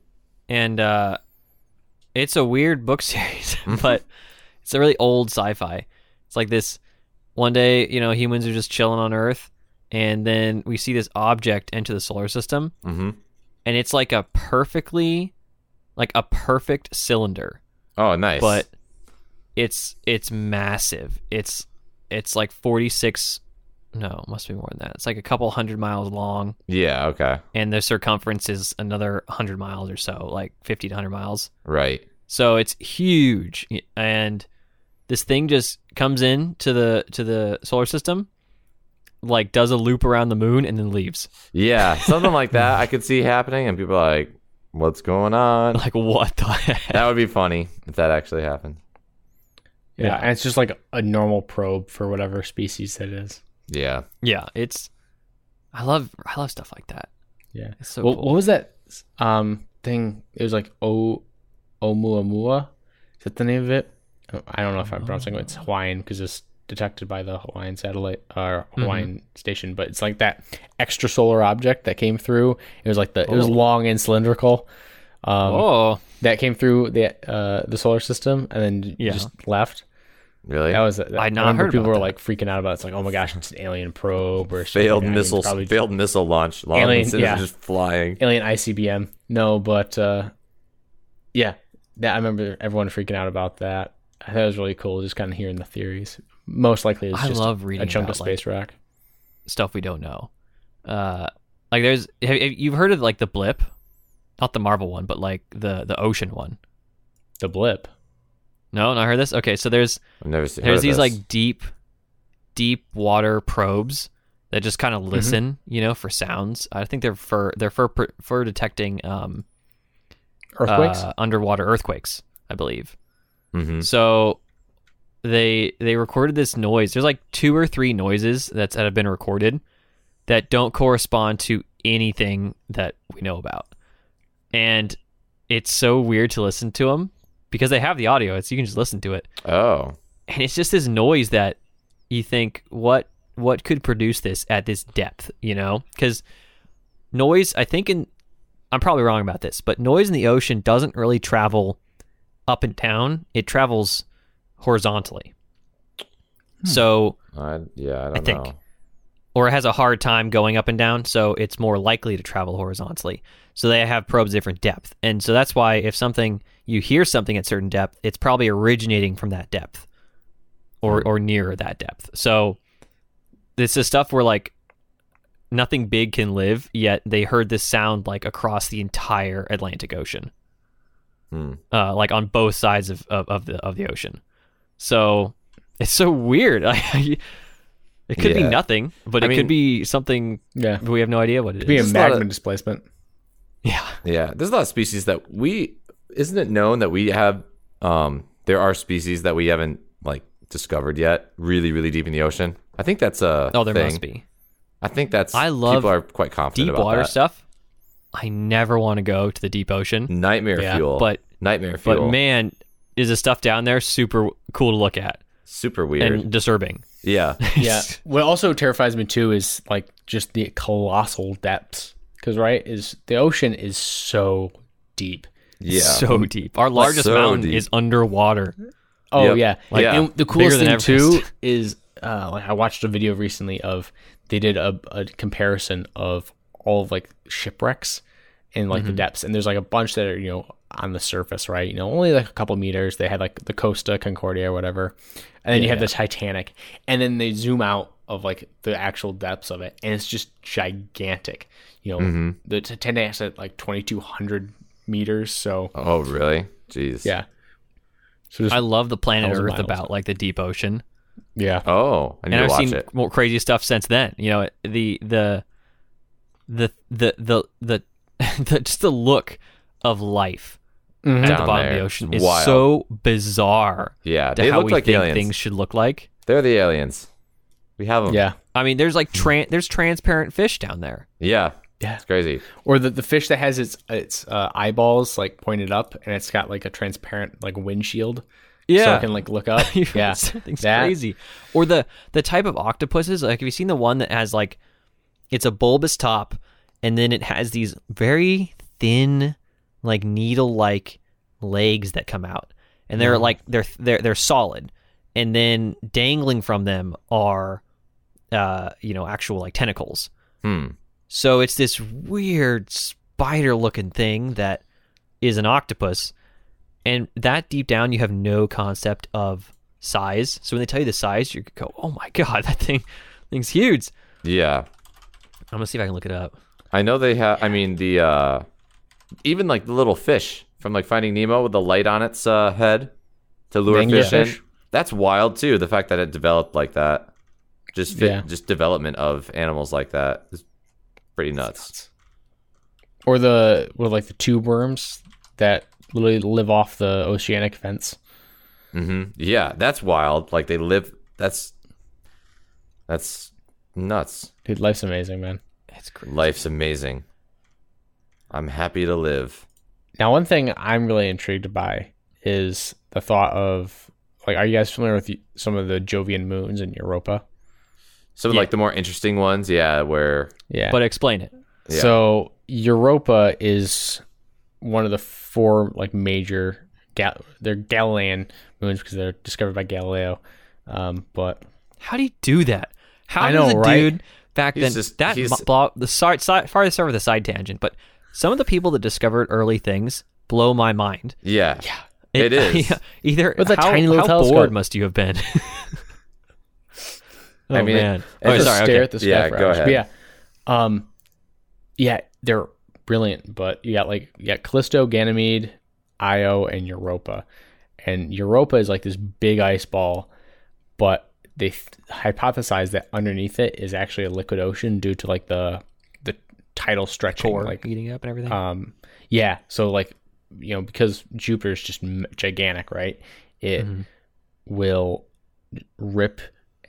and uh, it's a weird book series, but it's a really old sci-fi. It's like this: one day, you know, humans are just chilling on Earth, and then we see this object enter the solar system,
Mm-hmm.
and it's like a perfectly, like a perfect cylinder
Oh, nice.
but it's it's massive. It's it's like 46 no, it must be more than that. It's like a couple hundred miles long
yeah. Okay.
and the circumference is another 100 miles or so, like 50 to 100 miles.
Right.
So it's huge and this thing just comes in to the to the solar system like does a loop around the moon and then leaves.
Yeah. Something like that. I could see happening, and people are like, "What's going on?"
Like what the heck?
That would be funny if that actually happened.
Yeah.
Yeah.
and it's just like a normal probe for whatever species that is.
Yeah.
Yeah, it's I love I love stuff like that.
Yeah.
It's so
What-
cool.
What was that um thing? It was like O Oumuamua. Is that the name of it? Oh, I don't know if I'm pronouncing it. It's Hawaiian because it's detected by the Hawaiian satellite or
Mm-hmm.
Hawaiian station, but it's like that extrasolar object that came through. It was like the it was
Oh.
long and cylindrical. Um,
oh,
that came through the uh, the solar system and then
Yeah.
just left.
Really.
That was that,
I'd not
I remember
heard
people
about
were
that.
like freaking out about it. it's like oh my gosh it's an alien probe or something
failed
like that. I mean,
missile.
probably just
Failed missile launch. Long
Alien-
instead of
yeah.
Just flying.
alien ICBM no but uh, yeah that I remember everyone freaking out about that I thought it was really cool just kind of hearing the theories most likely it's
I
just
love reading
a chunk
about,
of space rock
stuff we don't know. Uh, like there's have, have- you've heard of like the blip, not the Marvel one, but like the the ocean one.
the blip
No, not heard this. Okay, so there's
I've never seen. heard
there's
of
these
this.
like deep, deep water probes that just kind of
Mm-hmm.
listen, you know, for sounds. I think they're for they're for for detecting um
earthquakes
uh, underwater earthquakes, I believe.
Mhm.
So they they recorded this noise. There's like two or three noises that's, that have been recorded that don't correspond to anything that we know about, and it's so weird to listen to them because they have the audio. It's you can just listen to it,
Oh.
and it's just this noise that you think what what could produce this at this depth, you know? Because noise, I think in I'm probably wrong about this, but noise in the ocean doesn't really travel up and down. It travels horizontally. So,
I, yeah. I don't
think.
know.
or it has a hard time going up and down, so it's more likely to travel horizontally. So they have probes different depth. And so that's why if something you hear something at certain depth, it's probably originating from that depth
Hmm.
or or near that depth. So this is stuff where like nothing big can live, yet they heard this sound like across the entire Atlantic Ocean.
Hmm.
uh, like on both sides of, of, of the of the ocean. So it's so weird. Like, it could be
Yeah.
nothing, but
I
it
mean-
could be something
Yeah.
we have no idea what it is.
Be a
It's not
magma
a-
displacement.
yeah,
Yeah, there's a lot of species that we isn't it known that we have um there are species that we haven't like discovered yet, really really deep in the ocean. I think that's a
oh, there
thing.
must be
I think that's
I love
people are quite confident
deep
about
water
that.
stuff. I never want to go to the deep ocean,
Nightmare
Yeah,
fuel.
but
nightmare fuel.
but man, is the stuff down there super cool to look at
super weird.
and disturbing.
yeah.
Yeah. what also terrifies me too is like just the colossal depths. Because right is the ocean is so deep.
Yeah.
so deep. Our largest
so
mountain
deep.
is underwater.
Oh
Yep.
yeah,
Like,
like
Yeah.
and the coolest
than
thing too
Everest.
is uh, like I watched a video recently of they did a, a comparison of all of like shipwrecks and like the depths, and there's like a bunch that are you know on the surface, right? You know, only like a couple meters. They had like the Costa Concordia or whatever, and then you have the Titanic, and then they zoom out of like the actual depths of it, and it's just gigantic. You know, the Titanic's at like 2,200 meters, so
Oh really? Jeez.
yeah. So just
I love the planet
Thousand
Earth
miles.
about like the deep ocean.
yeah,
Oh, I need
and
to
I've
watch
seen
it.
more crazy stuff since then. You know, the the the the the the, the just the look of life at
Mm-hmm. Down
the bottom of
there.
the ocean
It's
is
wild.
so bizarre
Yeah,
to
they
how
look
we
like
think
aliens.
things should look like.
They're the aliens. We have them.
yeah.
I mean, there's
Hmm.
like tran there's transparent fish down there.
Yeah.
Yeah.
It's crazy.
or the, the fish that has its its uh, eyeballs like pointed up and it's got like a transparent like windshield so it can like look up yeah
something's
That-
crazy. Or the the type of octopuses. Like, have you seen the one that has like, it's a bulbous top, and then it has these very thin, like needle like legs that come out, and they're like they're they're they're solid, and then dangling from them are, uh, you know, actual like tentacles.
Hmm.
So it's this weird spider looking thing that is an octopus. And that deep down, you have no concept of size. So when they tell you the size, you go, oh my God, that thing thing's huge.
Yeah.
I'm going to see if I can look it up.
I know they have. I mean, the uh, even like the little fish from like Finding Nemo with the light on its uh, head to lure
Manga
fish in.
fish.
That's wild too. The fact that it developed like that, just fit,
Yeah.
just development of animals like that is pretty nuts.
or the or like the tube worms that literally live off the oceanic fence
hmm Yeah, that's wild. Like they live. That's that's nuts.
dude life's amazing man
It's crazy.
Life's amazing. I'm happy to live.
now one thing i'm really intrigued by is the thought of like are you guys familiar with the- some of the jovian moons in europa
Some of
Yeah.
like the more interesting ones, yeah, where
yeah
But explain it.
Yeah.
So Europa is one of the four like major gal- they're Galilean moons because they're discovered by Galileo. Um, but
How do you do that? How
I
does
know,
a
right?
dude back
He's
then,
just-
that
he's-
mo- blo- the side, side, farthest over the side tangent, but some of the people that discovered early things blow my mind.
yeah, It is.
either
With a
how,
tiny little
how
telescope.
bored must you have been? oh
I mean,
man,
it-
oh,
it's
just
sorry,
stare
okay.
at the sky
Yeah,
for
go
hours. But
ahead.
yeah, um, yeah, they're brilliant. But you got like you got Callisto, Ganymede, Io, and Europa. And Europa is like this big ice ball, but they th- hypothesize that underneath it is actually a liquid ocean due to like the the tidal stretching,
Core
like
eating up and everything.
uh,
um yeah so like you know because jupiter's just m- gigantic right it
Mhm.
will rip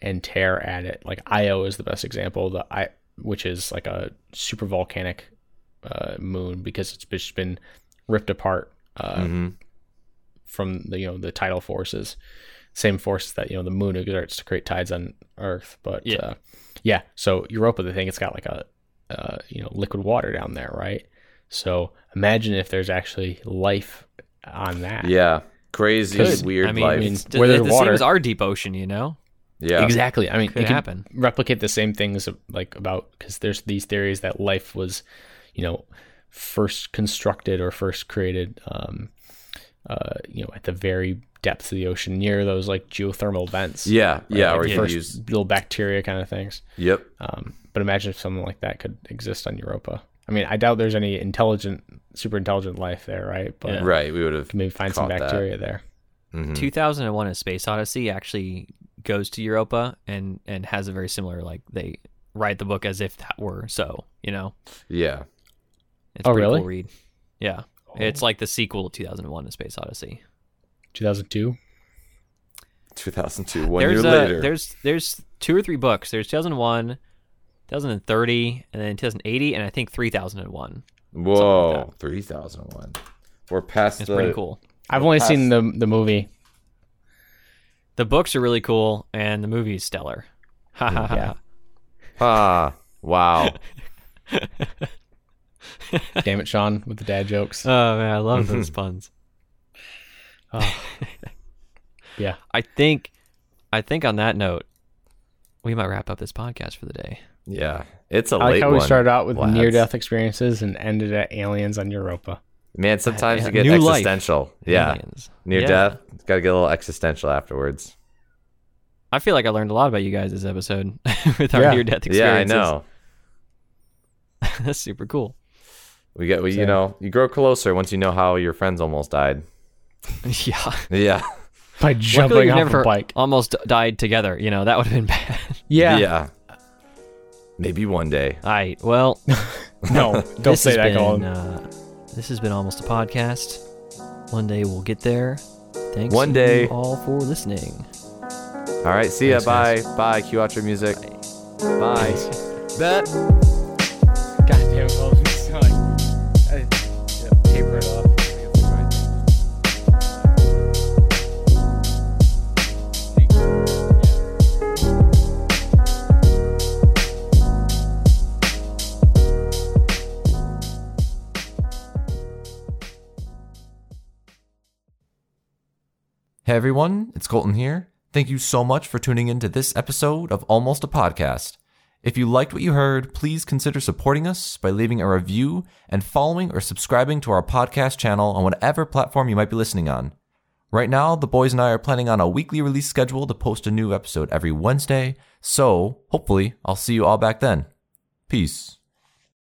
and tear at it like io is the best example the i which is like a super volcanic uh, moon because it's just been ripped apart uh,
hmm
from the you know the tidal forces same forces that you know the moon exerts to create tides on earth but
Yeah.
yeah, uh, yeah. so europa the thing it's got like a uh, you know liquid water down there right so imagine if there's actually life on that
yeah, crazy
Could.
weird
I mean,
life.
it's,
Where
it's
there's
the same
water.
as our deep ocean, you know.
yeah,
exactly i mean
Could
it could
happen.
replicate the same things like about because there's these theories that life was you know first constructed or first created um uh you know at the very depths of the ocean near those like geothermal vents
yeah, yeah.
like
Or you could
first
use
little bacteria kind of things.
yep.
Um, but imagine if something like that could exist on Europa. I I mean, I doubt there's any intelligent, super intelligent life there, right? But
Yeah.
Right. We would have.
can maybe find some
Caught that.
bacteria there.
mhm.
2001 a space odyssey actually goes to europa and and has a very similar like they write the book as if that were so you know
Yeah.
it's
Oh,
a pretty
really?
cool read yeah
Oh.
it's like the sequel to 2001 a space odyssey
2002.
2002. One
there's
year
a,
later.
there's there's two or three books there's 2001 2030 and then 2080 and i think 3001
Whoa. 3001. We're past
it's
the.
pretty cool
I've only
past-
seen the the movie.
the books are really cool and the movie is stellar Ha ha ha.
Ah. Wow.
Damn it, Sean, with the dad jokes.
Uh,
oh man i love those puns Oh.
yeah.
I think I think on that note, we might wrap up this podcast for the day.
Yeah. It's a
I
late
like how
one.
we started out with
lads.
near death experiences and ended at aliens on Europa.
Man, sometimes
Yeah,
you get
new life.
existential. Yeah.
Aliens.
Near
Yeah.
death. Got to get a little existential afterwards.
I feel like I learned a lot about you guys this episode with our
Yeah.
near death
Yeah, I
experiences.
know.
That's super cool.
We get, we, you
Same.
know, you grow closer once you know how your friends almost died.
yeah.
Yeah.
By
Luckily,
jumping
we
off
never
a bike.
almost died together. You know, that would have been bad.
Yeah.
Maybe one day.
All right. Well,
No, don't
this
say
has
that, Colin.
been, uh, this has been almost a podcast. One day we'll get there. Thanks
One
to
day.
you all for listening.
All right. See ya.
Thanks,
Bye.
guys.
Bye. Cue outro music. Bye. Bet.
God damn it, Colin. It's like, I, yeah, taper it off.
Hey everyone, it's Colton here. Thank you so much for tuning in to this episode of Almost a Podcast. If you liked what you heard, please consider supporting us by leaving a review and following or subscribing to our podcast channel on whatever platform you might be listening on. Right now, the boys and I are planning on a weekly release schedule to post a new episode every Wednesday, so hopefully, I'll see you all back then. Peace.